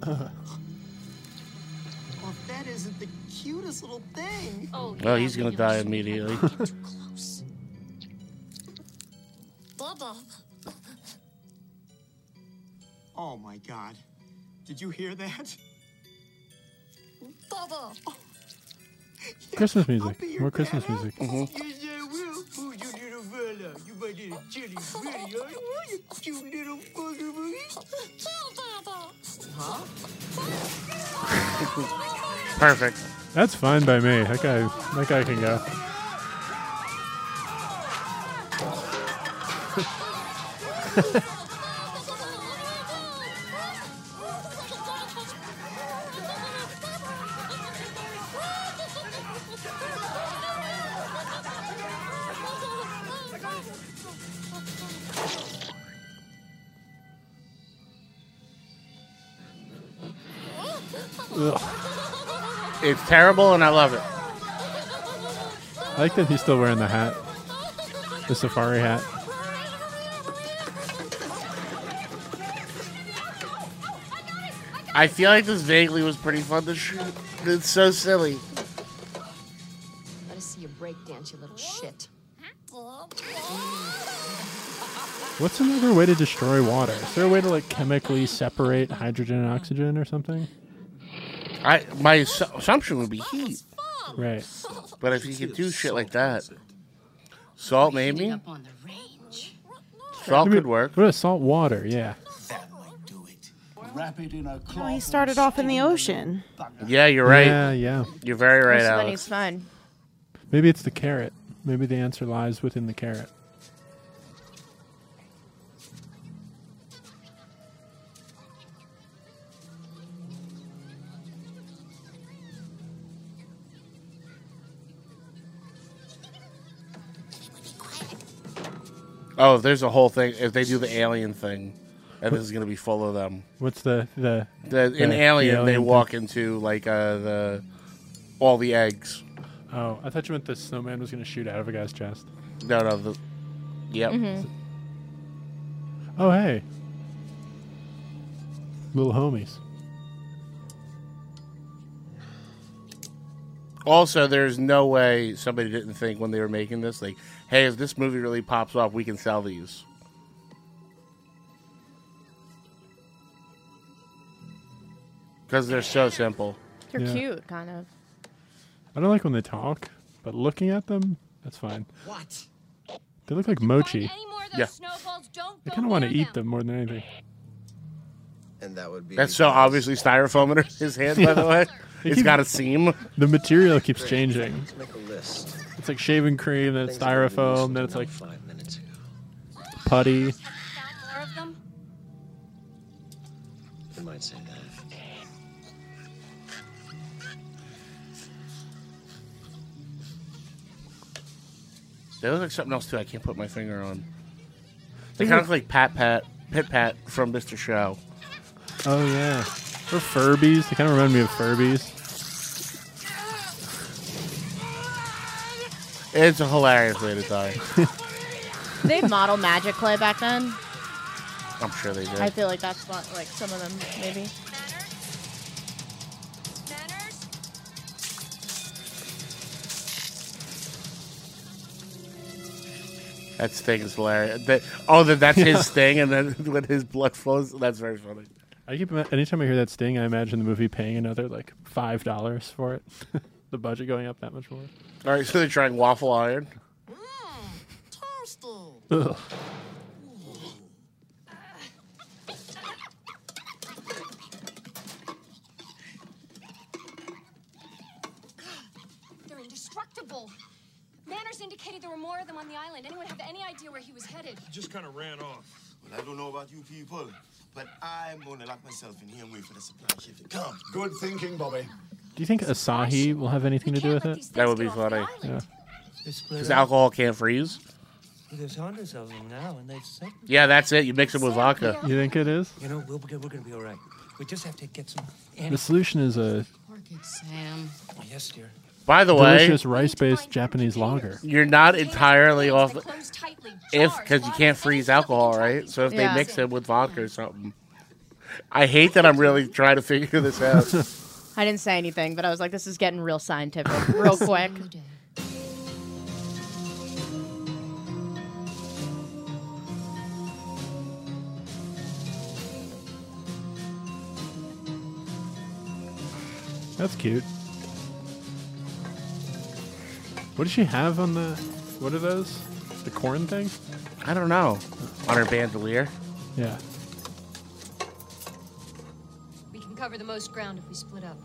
K: Well, that isn't the cutest little thing.
J: Oh,
D: Oh, he's going to die immediately.
J: Close.
K: Bubba.
G: Oh my god. Did you hear that?
K: Bubba.
F: Christmas music. More Christmas music.
G: Yes, I will. Oh, you little fella. You my little chili pretty, aren't you? You cute little bugger Huh?
D: Perfect.
F: That's fine by me. That guy, that guy can go.
D: It's terrible and I love it.
F: I like that he's still wearing the hat, the safari hat.
D: I feel like this vaguely was pretty fun to shoot. It's so silly.
L: Let us see you break dance, you little shit.
F: What's another way to destroy water? Is there a way to like chemically separate hydrogen and oxygen or something?
D: I my assu- assumption would be heat,
U: Um,
F: Right.
D: but if you could do shit like that, salt maybe. Salt could work.
F: What is salt water? Yeah.
O: Wrap it in a cloth.
N: No, he started off in the ocean.
D: Yeah, you're right.
F: Yeah, yeah.
D: You're very right,
N: So then
D: Alex.
N: he's fine.
F: Maybe it's the carrot. Maybe the answer lies within the carrot.
D: Oh, if there's a whole thing. If they do the alien thing, and this is gonna be full of them.
F: What's the the,
D: The,
F: the-
D: in
F: the
D: Alien, they
F: thing?
D: walk into like uh, the all the eggs.
F: Oh, I thought you meant the snowman was going to shoot out of a guy's chest.
D: No, no, the yep.
F: Oh, hey. Little homies.
D: Also, there's no way somebody didn't think when they were making this, like, hey, if this movie really pops off, we can sell these. Because they're so simple.
I: They're
F: Yeah.
I: cute, kind of.
F: I don't like when they talk, but looking at them, that's fine.
I: What?
F: They look like mochi.
D: Yeah.
F: I kind of want to eat them more than anything.
W: And that would be
D: That's so obviously styrofoam in his hand, by the way.
F: They
D: It's
F: keep-
D: got a seam.
F: The material keeps changing.
W: Make a list.
F: It's like shaving cream, then it's styrofoam, then it's like
W: Five minutes ago.
F: putty.
P: More of them?
W: You might say that.
D: They look like something else, too. I can't put my finger on. They kind of look like Pat Pat, Pit Pat from Mr. Show.
F: Oh yeah, or Furbies. They kind of remind me of Furbies.
D: It's a hilarious way to die.
I: Did they model magic clay back then?
D: I'm sure they
I: I
D: did.
I: feel like that's what, like some of them maybe.
D: That thing is hilarious. That, oh, that, that's his thing, and then when his blood flows, that's very funny.
F: I keep ima- anytime I hear that sting, I imagine the movie paying another like five dollars for it. the budget going up that much more.
D: All right, so they're trying waffle iron.
F: Ugh.
L: They're indestructible. Manners indicated there were more of them on the island. Anyone have any idea where he was headed?
H: Just kind of ran off.
X: Well, I don't know about you people, but I'm gonna lock myself in here and wait for the supply ship to come. Good thinking, Bobby.
F: Do you think Asahi will have anything to do with it?
D: That would be funny.
F: Yeah.
D: Because alcohol can't freeze.
R: There's hundreds of them now, and they've set.
D: Yeah, that's it. You mix it with vodka.
F: You think it is?
R: You know, we'll, we're gonna be all right. We just have to get some.
F: The solution is a
R: Sam. Yes, dear.
D: By the way,
F: delicious rice-based Japanese lager.
D: you're not entirely off if because you can't freeze alcohol, right? So if
F: Yeah.
D: they mix it with vodka or something, I hate that I'm really trying to figure this out.
I: I didn't say anything, but I was like, this is getting real scientific, real quick.
F: That's cute. What does she have on the? What are those? The corn thing?
D: I don't know. On her bandolier.
F: Yeah.
L: We can cover the most ground if we split up.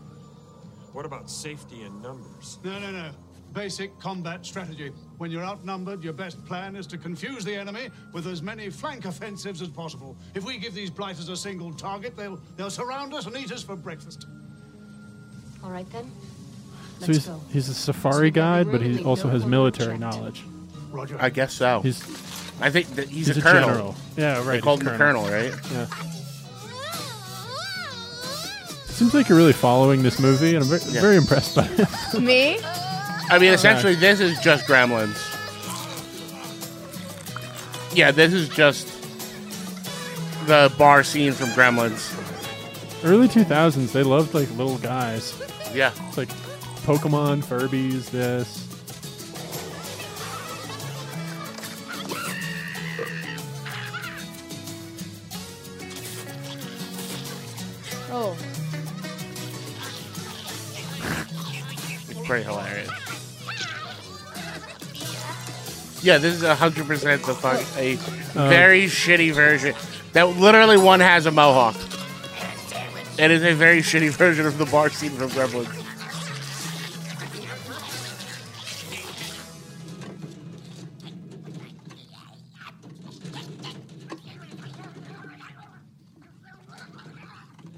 H: What about safety in numbers?
K: No, no, no. Basic combat strategy. When you're outnumbered, your best plan is to confuse the enemy with as many flank offensives as possible. If we give these blighters a single target, they'll they'll surround us and eat us for breakfast.
L: All right then.
F: So he's, he's a safari guide, but he also has military knowledge.
K: Roger.
D: I guess so.
F: He's,
D: I think that he's,
F: He's
D: a,
F: a
D: colonel.
F: general. Yeah, right,
D: They called
F: he's
D: him a
F: colonel.
D: colonel, right?
F: Yeah. Seems like you're really following this movie, and I'm very,
D: Yeah.
F: very impressed by it.
I: Me?
L: Oh.
D: I mean, essentially, this is just Gremlins. Yeah, this is just the bar scene from Gremlins.
F: Early 2000s, they loved like little guys.
D: Yeah.
F: It's like Pokemon, Furbies, this.
I: Oh.
D: It's pretty hilarious. Yeah, this is hundred percent the fuck a
F: Uh,
D: very shitty version. That literally one has a mohawk. It is a very shitty version of the bar scene from Gremlins.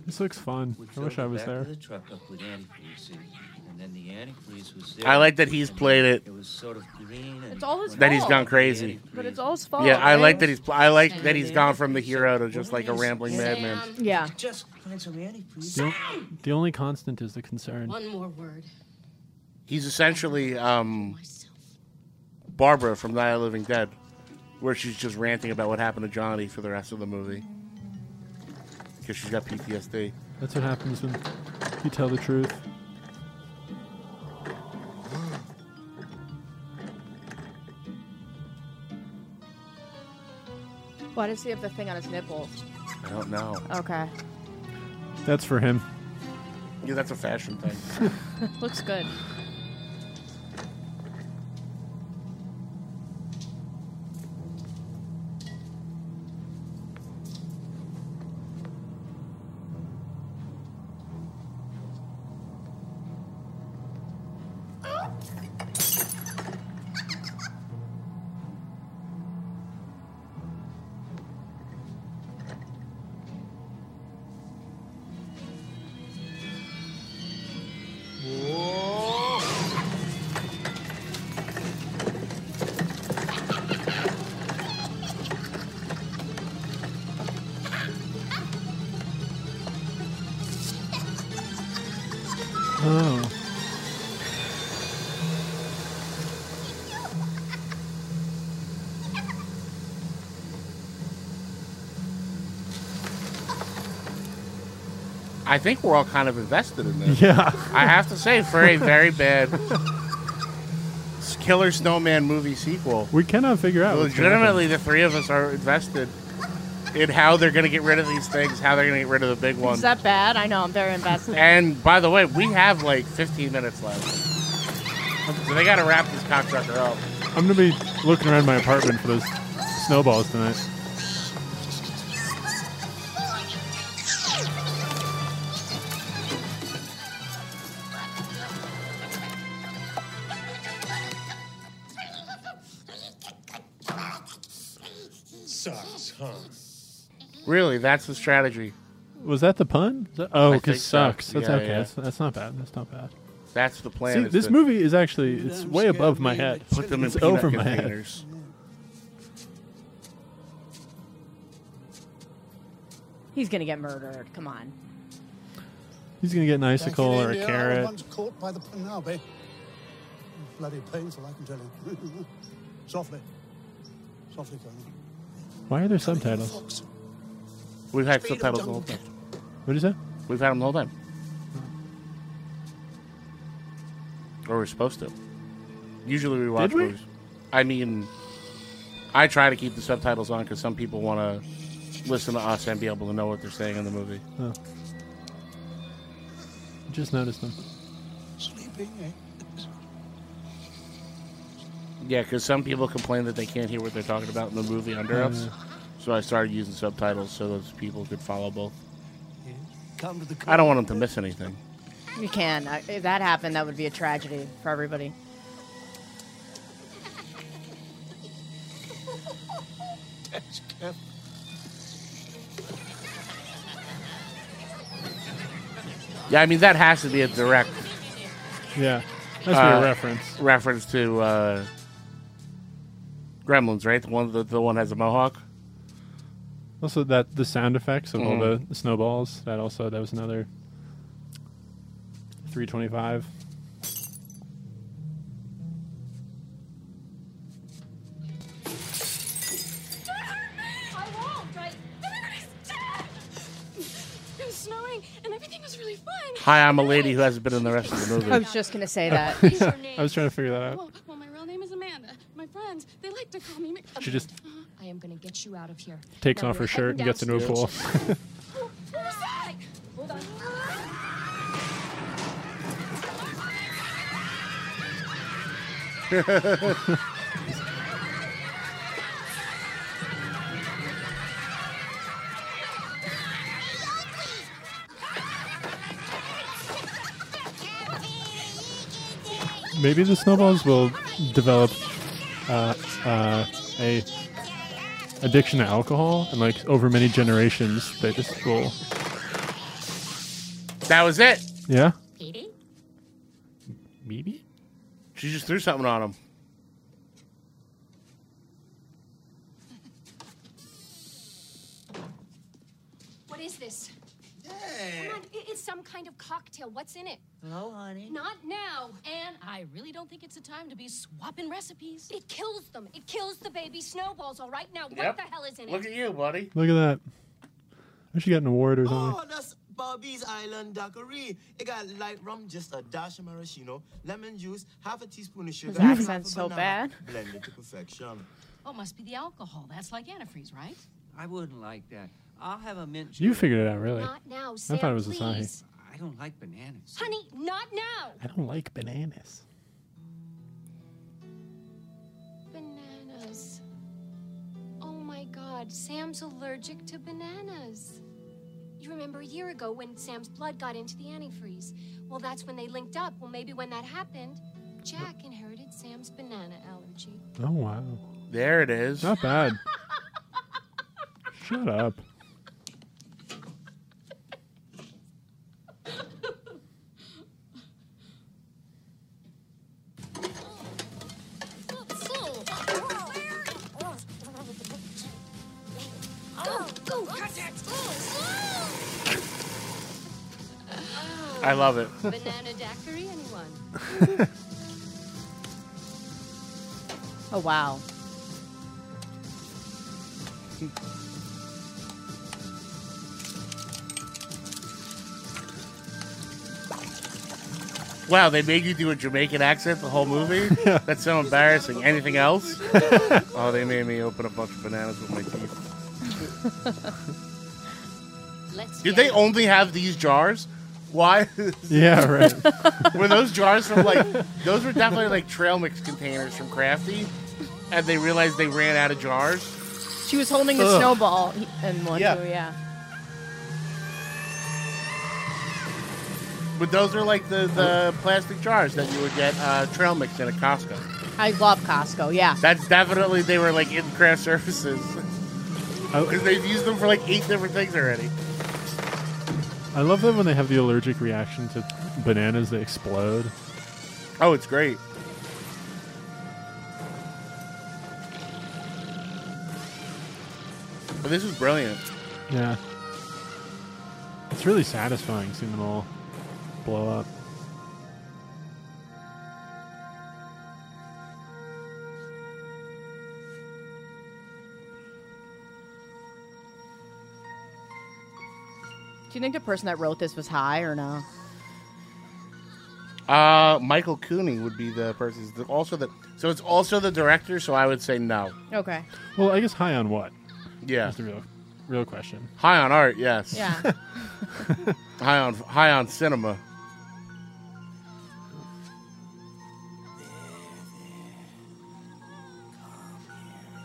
F: This looks fun. I wish I was there.
R: The truck up with antifreeze, and then the antifreeze was there.
D: I like that he's played it.
R: It was sort of green and
I: It's all his
D: That he's
I: fault.
D: gone crazy.
I: But it's all his fault.
D: Oh,
I: eh?
D: Yeah, I
I: right?
D: like that he's. Pl- I like that he's gone from the hero to just like a rambling madman.
I: Yeah.
R: Just find some antifreeze.
F: The, o- the only constant is the concern.
P: One more word.
D: He's essentially um, Barbara from Night of the Living Dead, where she's just ranting about what happened to Johnny for the rest of the movie because she's got PTSD.
F: That's what happens when you tell the truth.
I: Why does he have the thing on his nipple?
D: I don't know.
I: Okay.
F: That's for him.
D: Yeah, that's a fashion thing.
I: Looks good.
F: Oh.
D: I think we're all kind of invested in this.
F: Yeah.
D: I have to say, for a very bad Killer Snowman movie sequel,
F: We cannot figure out. what's gonna happen.
D: legitimately the three of us are invested in how they're going to get rid of these things, how they're going to get rid of the big one.
I: Is that bad? I know, I'm very invested.
D: And by the way, we have like 15 minutes left. So they got to wrap this cocksucker up.
F: I'm gonna be looking around my apartment for those snowballs tonight.
H: Sucks, huh?
D: Really, that's the strategy.
F: Was that the pun? Is that- oh,
D: I think
F: because sucks.
D: so.
F: That's
D: Yeah,
F: okay.
D: yeah.
F: That's, that's not bad. That's not bad.
D: That's the plan.
F: See,
D: is
F: this
D: to
F: movie is actually it's way above my head.
D: Put them in
F: it's
D: peanut
F: over my head.
D: containers.
I: He's gonna get murdered. Come on.
F: He's gonna get an icicle
J: Back in
F: or a
J: India, I was
F: carrot.
J: once caught by the Panabe. Bloody painful, I can tell you. Softly. Softly, Colonel.
F: Why are there subtitles?
D: We've had subtitles the whole time.
F: What is that?
D: We've had them the whole time. Or we're supposed to. Usually we watch
F: Did we?
D: movies. I mean, I try to keep the subtitles on because some people want to listen to us and be able to know what they're saying in the movie.
F: Oh. Just noticed them.
J: Sleeping, eh?
D: Yeah, because some people complain that they can't hear what they're talking about in the movie under
F: Yeah.
D: us. So I started using subtitles so those people could follow both.
J: Come to the
D: I don't want them to miss anything.
I: You can. I, if that happened, that would be a tragedy for everybody.
M: Dash cam.
D: Yeah, I mean that has to be a direct.
F: Yeah, that's
D: uh,
F: a reference.
D: Reference to uh, Gremlins, right? The one, the, the one has a mohawk.
F: Also, that the sound effects of all the,
D: Mhm.
F: the snowballs. That also that was another three twenty five.
P: I won't, right? Everybody's dead! It was snowing, and everything was really fun.
D: Hi, I'm a lady who hasn't been in the rest of the movie.
I: I was just gonna say that.
F: I was trying to figure that out.
P: Well, well, my real name is Amanda. My friends, they like to call me. Mc-
F: She just
P: I am gonna get you out of here.
F: takes
P: Now
F: off
P: we're
F: her shirt and
P: heading
F: gets into a pool.
P: downstairs. What was that? Hold on.
F: Maybe the snowballs will develop uh, uh, a addiction to alcohol, and like over many generations, they just will.
D: That was it.
F: Yeah.
P: Petey?
F: Maybe.
D: She just threw something on him.
P: What is this?
M: Hey.
P: Come on, i- it's some kind of cocktail. What's in it?
M: Hello, honey.
P: Not now. And I really don't think it's a time to be swapping recipes. It kills them. It kills the baby snowballs, all right? Now,
D: Yep.
P: what the hell is in
D: Look
P: it?
D: at you, buddy.
F: Look at that. I should get an award or something.
J: Oh, that's Bobby's Island Daiquiri. It got light rum, just a dash of maraschino, lemon juice, half a teaspoon of sugar.
I: His accent's
J: half
I: so
J: a banana,
I: bad.
J: Blended to perfection.
P: Oh, must be the alcohol. That's like antifreeze, right?
W: I wouldn't like that. I'll have a mint.
F: You figured it out, really.
P: Not now,
F: I
P: Sam,
F: thought it was
P: please.
F: Asahi.
W: I don't like bananas.
P: Honey, not now.
F: I don't like bananas.
P: Bananas. Oh my god, Sam's allergic to bananas. You remember a year ago when Sam's blood got into the antifreeze? Well, that's when they linked up. Well, maybe when that happened, Jack inherited Sam's banana allergy.
F: Oh wow.
D: There it is.
F: Not bad. Shut up.
P: Go, go, contact!
D: I love it.
P: Banana daiquiri, anyone?
I: Oh wow.
D: Wow, they made you do a Jamaican accent the whole movie? That's so embarrassing. Anything else? oh, they made me open a bunch of bananas with my teeth.
P: Let's get
D: Did they
P: it.
D: only have these jars? Why?
F: Yeah, right.
D: were those jars from like, those were definitely like trail mix containers from Crafty, and they realized they ran out of jars?
I: She was holding the
D: Ugh.
I: snowball and one
D: Yeah.
I: too. Yeah.
D: But those are like the, the plastic jars that you would get uh, trail mix in at Costco.
I: I love Costco. Yeah.
D: That's definitely they were like in craft services because they've used them for like eight different things already.
F: I love that when they have the allergic reaction to bananas, they explode.
D: Oh, it's great. But this is brilliant.
F: Yeah. It's really satisfying seeing them all blow up.
I: Do you think the person that wrote this was high or no?
D: Uh, Michael Cooney would be the person. who's the- Also, the so it's also the director. So I would say no.
I: Okay.
F: Well, I guess high on what?
D: Yeah.
F: That's the real, real question.
D: High on art, yes.
I: Yeah.
D: high on high on cinema.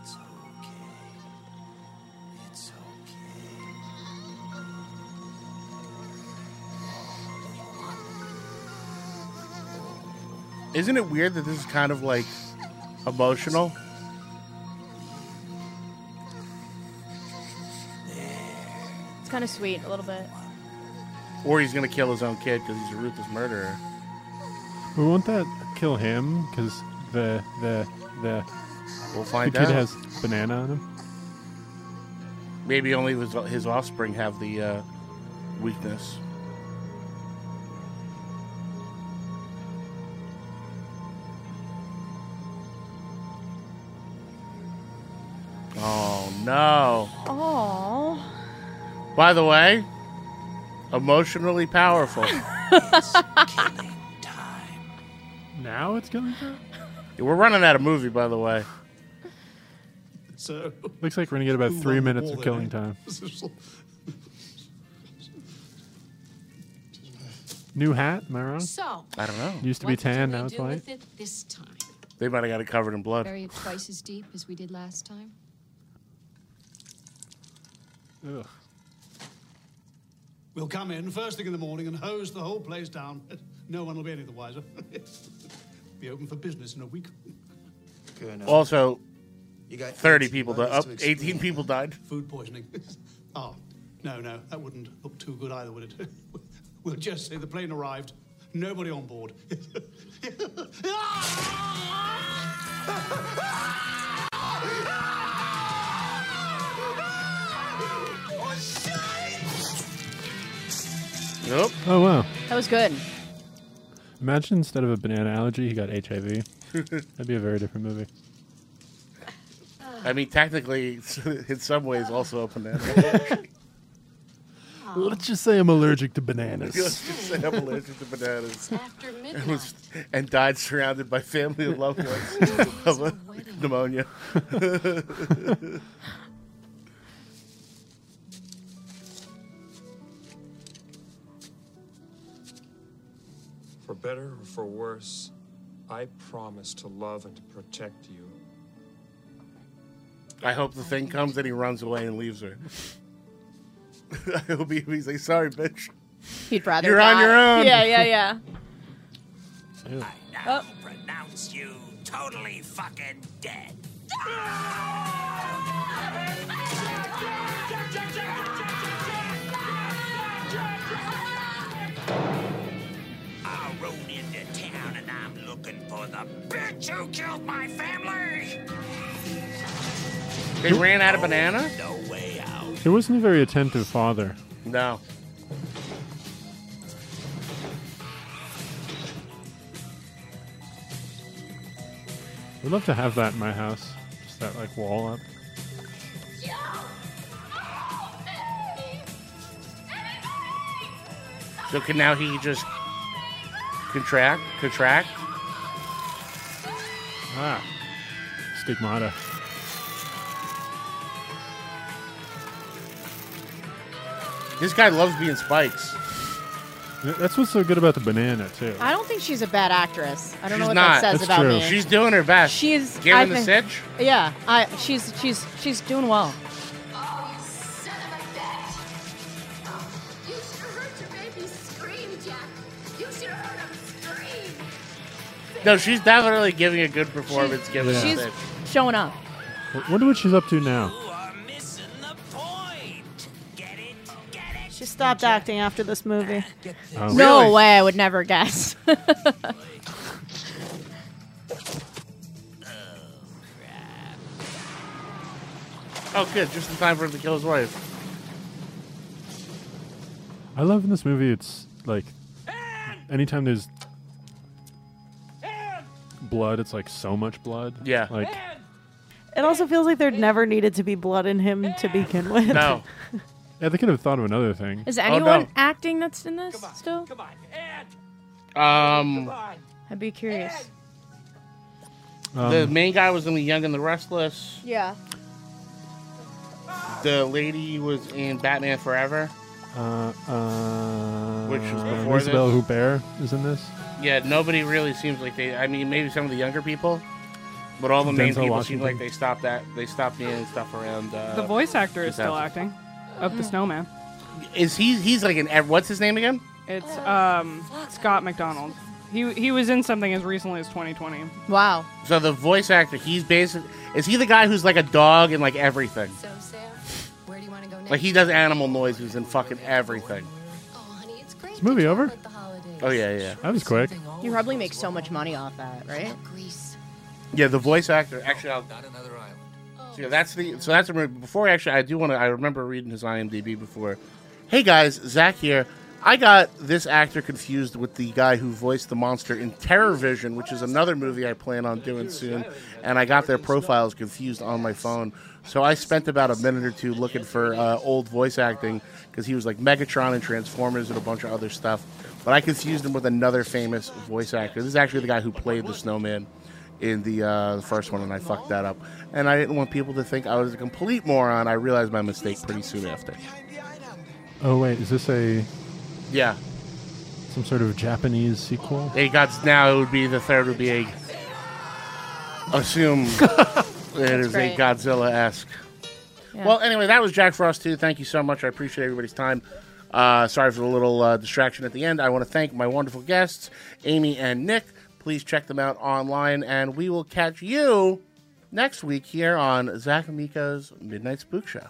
M: It's okay. It's okay.
D: Isn't it weird that this is kind of like emotional?
Y: kind of sweet, a little bit.
D: Or he's gonna kill his own kid because he's a ruthless murderer.
F: We won't that kill him because the the the
D: We'll find
F: the kid
D: out.
F: has banana on him.
D: Maybe only his, his offspring have the uh, weakness. Oh no!
Y: Oh.
D: By the way, emotionally powerful.
F: Now it's killing time.
D: We're running out of movie, by the way.
K: So
F: Looks like we're gonna get about
K: Who
F: three
K: won the
F: minutes
K: war
F: of
K: then,
F: killing
K: eh?
F: time. New hat? Am I wrong?
P: So,
D: I don't know.
F: Used to be
P: what did
F: tan,
P: we
F: now it's
P: do
F: white.
P: with it this time?
D: They might have got it covered in blood.
P: Bury it twice as deep as we did last time.
F: Ugh.
K: We'll come in first thing in the morning and hose the whole place down. No one will be any the wiser. be open for business in a week.
D: Also,
K: You got
D: 30
K: eighteen
D: people, di-
K: minutes
D: up,
K: to explain.
D: 18 people died.
K: Food poisoning. oh, no, no, that wouldn't look too good either, would it? we'll just say the plane arrived. Nobody on board.
D: Nope.
F: Oh wow!
I: That was good.
F: Imagine instead of a banana allergy, he got HIV. That'd be a very different movie.
D: I mean, technically, it's- in some ways, also open that.
F: Let's just say I'm allergic to
D: Let's just
F: bananas.
D: say I'm allergic to bananas.
P: After
D: And, was, and died surrounded by family and loved ones of a pneumonia.
H: For better or for worse, I promise to love and to protect you.
D: I hope the thing comes and he runs away and leaves her. I hope he, he's like, sorry, bitch.
I: He'd rather.
D: You're on
I: die.
D: your own.
Y: Yeah, yeah, yeah.
M: Now pronounce you totally fucking dead. I rode into town and I'm looking for the bitch who killed my family.
D: They ran out of banana?
M: No way out.
F: He wasn't a very attentive father.
D: No.
F: We'd love to have that in my house. Just that like wall up.
D: So can now he just contract, contract?
F: Ah, stigmata.
D: This guy loves being spikes.
F: Th- That's what's so good about the banana too.
I: I don't think she's a bad actress. I don't know
D: She's
I: what that
D: not.
I: says
F: That's
I: about
F: true.
I: me.
D: She's doing her best.
I: She's
D: Giving
I: I
D: the
I: think-
D: sitch?
I: Yeah, I she's she's she's doing well.
P: Oh,
M: You should have heard your baby scream, Jack. You should have heard him scream.
D: No, she's definitely giving a good performance. given
I: she's
D: the sitch.
I: showing up.
F: W- Wonder what she's up to now.
N: She stopped acting after this movie.
F: Oh.
I: No
F: Really?
I: way, I would never guess.
D: Oh, good. Just in time for him to kill his wife.
F: I love in this movie. It's like anytime there's blood, it's like so much blood.
D: Yeah.
F: Like
N: It also feels like there never needed to be blood in him to begin with.
F: no. yeah, they could have thought of another thing.
Y: Is
F: Oh,
Y: anyone
F: no.
Y: acting that's in this still?
D: Um,
Y: I'd be curious.
D: the
F: Um,
D: main guy was in The Young and the Restless.
Y: Yeah.
D: The lady was in Batman Forever.
F: Uh, uh,
D: Which was before
F: Isabelle
D: this?
F: Huppert is in this.
D: Yeah, nobody really seems like they. I mean, maybe some of the younger people, but all the main
F: Denzel
D: people seem
F: Washington.
D: like they stopped that. They stopped being stuff around. Uh,
Q: The voice actor is still
D: 2000.
Q: acting of
Y: Mm.
Q: the snowman.
D: Is he? He's like an. What's his name again?
Q: It's um Scott McDonald. He he was in something as recently as 2020.
I: Wow.
D: So the voice actor, he's basically. Is he the guy who's like a dog in like everything?
P: So, Sam, where do you want to go
D: Like he does animal noises in fucking everything.
F: Is the movie over?
D: Oh yeah, yeah.
F: That was quick.
I: You probably make so much money off that, right?
D: Yeah, the voice actor. Actually, I'll, So yeah, that's the. So that's a- before. Actually, I do want to. I remember reading his IMDb before. Hey guys, Zach here. I got this actor confused with the guy who voiced the monster in Terror Vision, which is another movie I plan on doing soon, and I got their profiles confused on my phone. So I spent about a minute or two looking for uh, old voice acting because he was like Megatron and Transformers and a bunch of other stuff. But I confused him with another famous voice actor. This is actually the guy who played the snowman in the, uh, the first one, and I fucked that up. And I didn't want people to think I was a complete moron. I realized my mistake pretty soon after.
F: Oh wait, is this a
D: Yeah,
F: some sort of Japanese sequel?
D: They got now. It would be the third would be a assume it is a
F: great.
D: Godzilla esque.
F: Yeah.
D: Well, anyway, that was Jack Frost too. Thank you so much. I appreciate everybody's time. Uh, sorry for the little uh, distraction at the end. I want to thank my wonderful guests, Amy and Nick. Please check them out online, and we will catch you next week here on Zach and Miko's Midnight Spook Show.